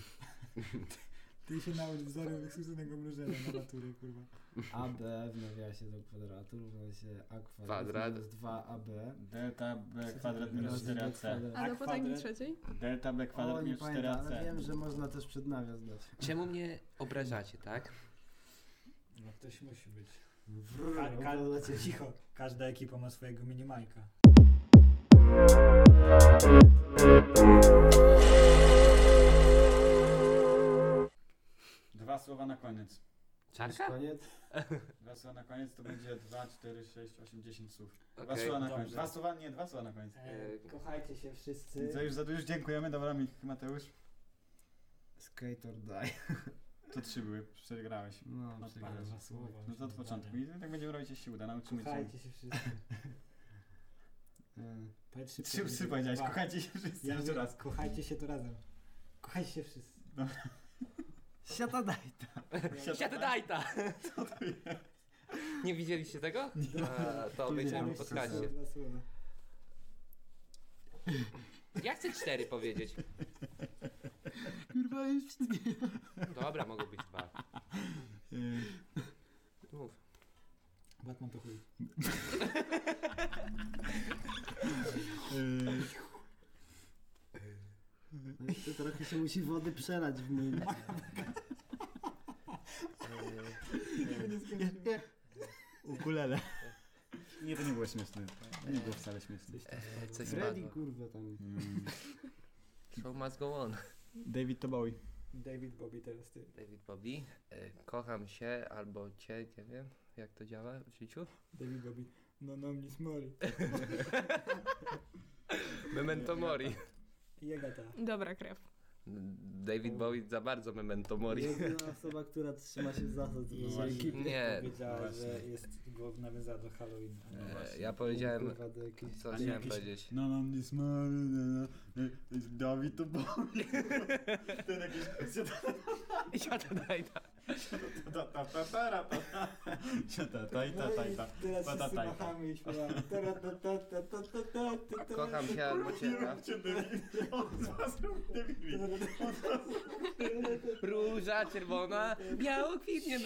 Speaker 2: Ty się naucz wzoru ekskluzywnego mrużenia na naturę, kurwa.
Speaker 6: AB w nawiasie do kwadratu równa się A kwadrat,
Speaker 3: Kwadrat.
Speaker 6: minus 2AB.
Speaker 1: Delta B
Speaker 2: Co
Speaker 1: Tak, kwadrat
Speaker 2: to
Speaker 1: minus
Speaker 2: jest?
Speaker 1: 4ac.
Speaker 5: A
Speaker 2: A
Speaker 5: do potęgi
Speaker 2: kwadrat?
Speaker 5: trzeciej?
Speaker 1: Delta B
Speaker 6: O,
Speaker 1: kwadrat
Speaker 6: nie
Speaker 1: minus
Speaker 6: pamiętam,
Speaker 1: 4ac.
Speaker 6: ale wiem, że można też przed nawias dać.
Speaker 3: Czemu mnie obrażacie, tak?
Speaker 2: No ktoś musi być.
Speaker 6: Wrrr,
Speaker 2: Ka- ka-
Speaker 6: dla ciebie.
Speaker 2: no znaczy cicho. Każda ekipa ma swojego minimajka.
Speaker 1: Dwa słowa na koniec.
Speaker 3: Czarka?
Speaker 6: Koniec?
Speaker 1: Dwa słowa na koniec to będzie 2, 4, 6, 8, 10 słów. Dwa
Speaker 3: Okej.
Speaker 1: słowa na koniec.
Speaker 2: dobrze.
Speaker 1: Dwa słowa, nie, dwa słowa na koniec.
Speaker 2: E, kochajcie się
Speaker 1: Co
Speaker 2: wszyscy.
Speaker 1: już za dużo dziękujemy, dobra Michał Mateusz.
Speaker 6: Skate or die.
Speaker 1: To trzy były, przegrałeś.
Speaker 6: No,
Speaker 1: No,
Speaker 6: przegrałem.
Speaker 1: dwa
Speaker 2: słowa.
Speaker 1: No to od początku i tak będziemy robić, jeśli uda, nauczymy się.
Speaker 2: Kochajcie się wszyscy.
Speaker 6: E,
Speaker 2: Powiedz szybko,
Speaker 1: Trzy
Speaker 2: żeby-
Speaker 1: psy powiedziałeś,
Speaker 2: Dwa.
Speaker 1: kochajcie się wszyscy.
Speaker 2: Ja
Speaker 1: Jeszcze raz.
Speaker 2: raz. Kochajcie się to razem. Kochajcie się wszyscy.
Speaker 6: Siata daj.
Speaker 3: Siadę dajta! Nie widzieliście tego? A, to
Speaker 1: no,
Speaker 3: obejrzałem w
Speaker 2: Kochajcie się,
Speaker 3: podcaście.
Speaker 2: dwa słowa.
Speaker 3: Ja chcę cztery powiedzieć.
Speaker 6: Kurwa, już
Speaker 3: Dobra, mogą być dwa. Mów.
Speaker 2: Batman to chuj.
Speaker 6: No Tu się musi wody przelać w mój.
Speaker 1: Ukulele.
Speaker 7: Nie, to nie było śmieszne. To Nie było wcale śmieszne.
Speaker 3: E, Coś
Speaker 6: Freddy
Speaker 3: spadło.
Speaker 6: kurwa tam.
Speaker 7: Mm.
Speaker 3: Show must go on.
Speaker 1: David to Bowie.
Speaker 2: David Bobby teraz ty.
Speaker 3: David Bobby, e, kocham się albo cię, nie wiem jak to działa w życiu.
Speaker 2: David Bobby. No no mnie smoli.
Speaker 3: Memento mori.
Speaker 2: Jagata.
Speaker 5: Dobra krew.
Speaker 3: David Bowie za bardzo memento mori.
Speaker 6: Jedyna osoba, która trzyma się zasad. rozumiem.
Speaker 3: Nie,
Speaker 2: powiedziała, że
Speaker 7: właśnie.
Speaker 2: jest głowna nawiązana do Halloween. ale
Speaker 3: E,
Speaker 2: właśnie.
Speaker 3: Ja powiedziałem,
Speaker 6: Kurwa, do jakiejś-
Speaker 3: co
Speaker 7: Ale
Speaker 3: chciałem
Speaker 7: jakiś-
Speaker 3: powiedzieć.
Speaker 7: No mam nie smaru, no, no. Dawid to Bowie. Ten jakiś...
Speaker 3: Ja to dajda.
Speaker 7: Ta, ta, ta, ta, ta, ta. Ta, ta, ta, ta, ta, ta.
Speaker 2: Teraz
Speaker 7: Ta, ta,
Speaker 2: wszyscy
Speaker 7: ta, ta.
Speaker 2: machamy i śpiewamy. Ta, ta, ta, ta, ta, ta, ta, ta, ta.
Speaker 3: Kocham się albo cię. Róża czerwona, biało kwitnie.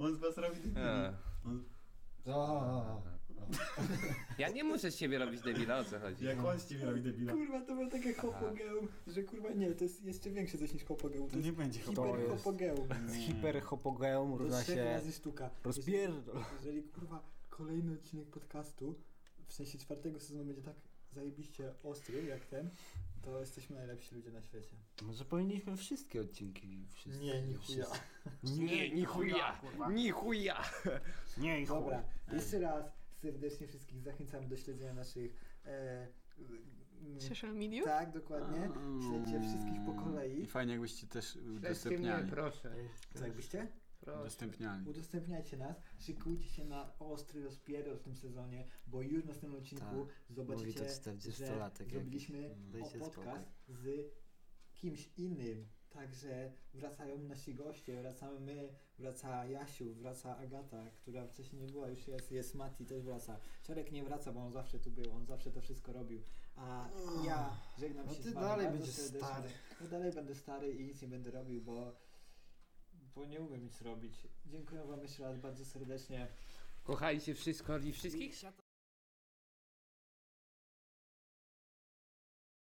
Speaker 7: On z was robi...
Speaker 3: A.
Speaker 6: A,
Speaker 3: Ja nie muszę z ciebie robić debila, o co chodzi?
Speaker 7: Jak on z ciebie robi debila.
Speaker 2: Kurwa, to było takie hopogeum, że kurwa nie, to jest jeszcze większe coś niż hopogeum. To
Speaker 1: To
Speaker 2: jest
Speaker 1: nie będzie
Speaker 6: jest-
Speaker 2: hiperhopogeum.
Speaker 6: Hiperhopogeum
Speaker 2: To
Speaker 6: równa
Speaker 2: jest 6
Speaker 6: się
Speaker 2: razy sztuka.
Speaker 6: rozpierdol.
Speaker 2: Jeżeli kurwa kolejny odcinek podcastu, w sensie czwartego sezonu będzie tak zajebiście ostry jak ten, to jesteśmy najlepsi ludzie na świecie.
Speaker 6: Może powinniśmy wszystkie odcinki wszystkie.
Speaker 2: Nie, nie chuja.
Speaker 3: Nie, ni chuja! Ni chuja!
Speaker 6: Nie,
Speaker 2: Dobra, jeszcze raz serdecznie wszystkich zachęcam do śledzenia naszych... E, m,
Speaker 5: Social media?
Speaker 2: tak, dokładnie. Śledźcie wszystkich po kolei.
Speaker 7: Mm. I fajnie jakbyście też
Speaker 3: Przestań mnie,
Speaker 7: udostępniali.
Speaker 3: proszę.
Speaker 2: Co jakbyście?
Speaker 3: proszę.
Speaker 6: Tak.
Speaker 7: Udostępniali.
Speaker 2: Udostępniajcie nas, szykujcie się na ostry rozpierdol w tym sezonie, bo już w następnym odcinku
Speaker 6: Tak. Mówi to
Speaker 2: zobaczycie, że
Speaker 6: 40-latek jakiś. No
Speaker 2: zrobiliśmy o
Speaker 6: Dajcie
Speaker 2: podcast z kimś innym. Także wracają nasi goście, wracamy my, wraca Jasiu, wraca Agata, która wcześniej nie była, już jest, jest Mati, też wraca. Czarek nie wraca, bo on zawsze tu był, on zawsze to wszystko robił. A ja żegnam
Speaker 6: No
Speaker 2: się
Speaker 6: ty
Speaker 2: z wami
Speaker 6: dalej
Speaker 2: bardzo
Speaker 6: będziesz
Speaker 2: serdecznie.
Speaker 6: stary.
Speaker 2: Ja dalej będę stary i nic nie będę robił, bo, bo nie umiem nic robić. Dziękuję wam jeszcze raz bardzo serdecznie.
Speaker 3: Kochajcie wszystko i wszystkich.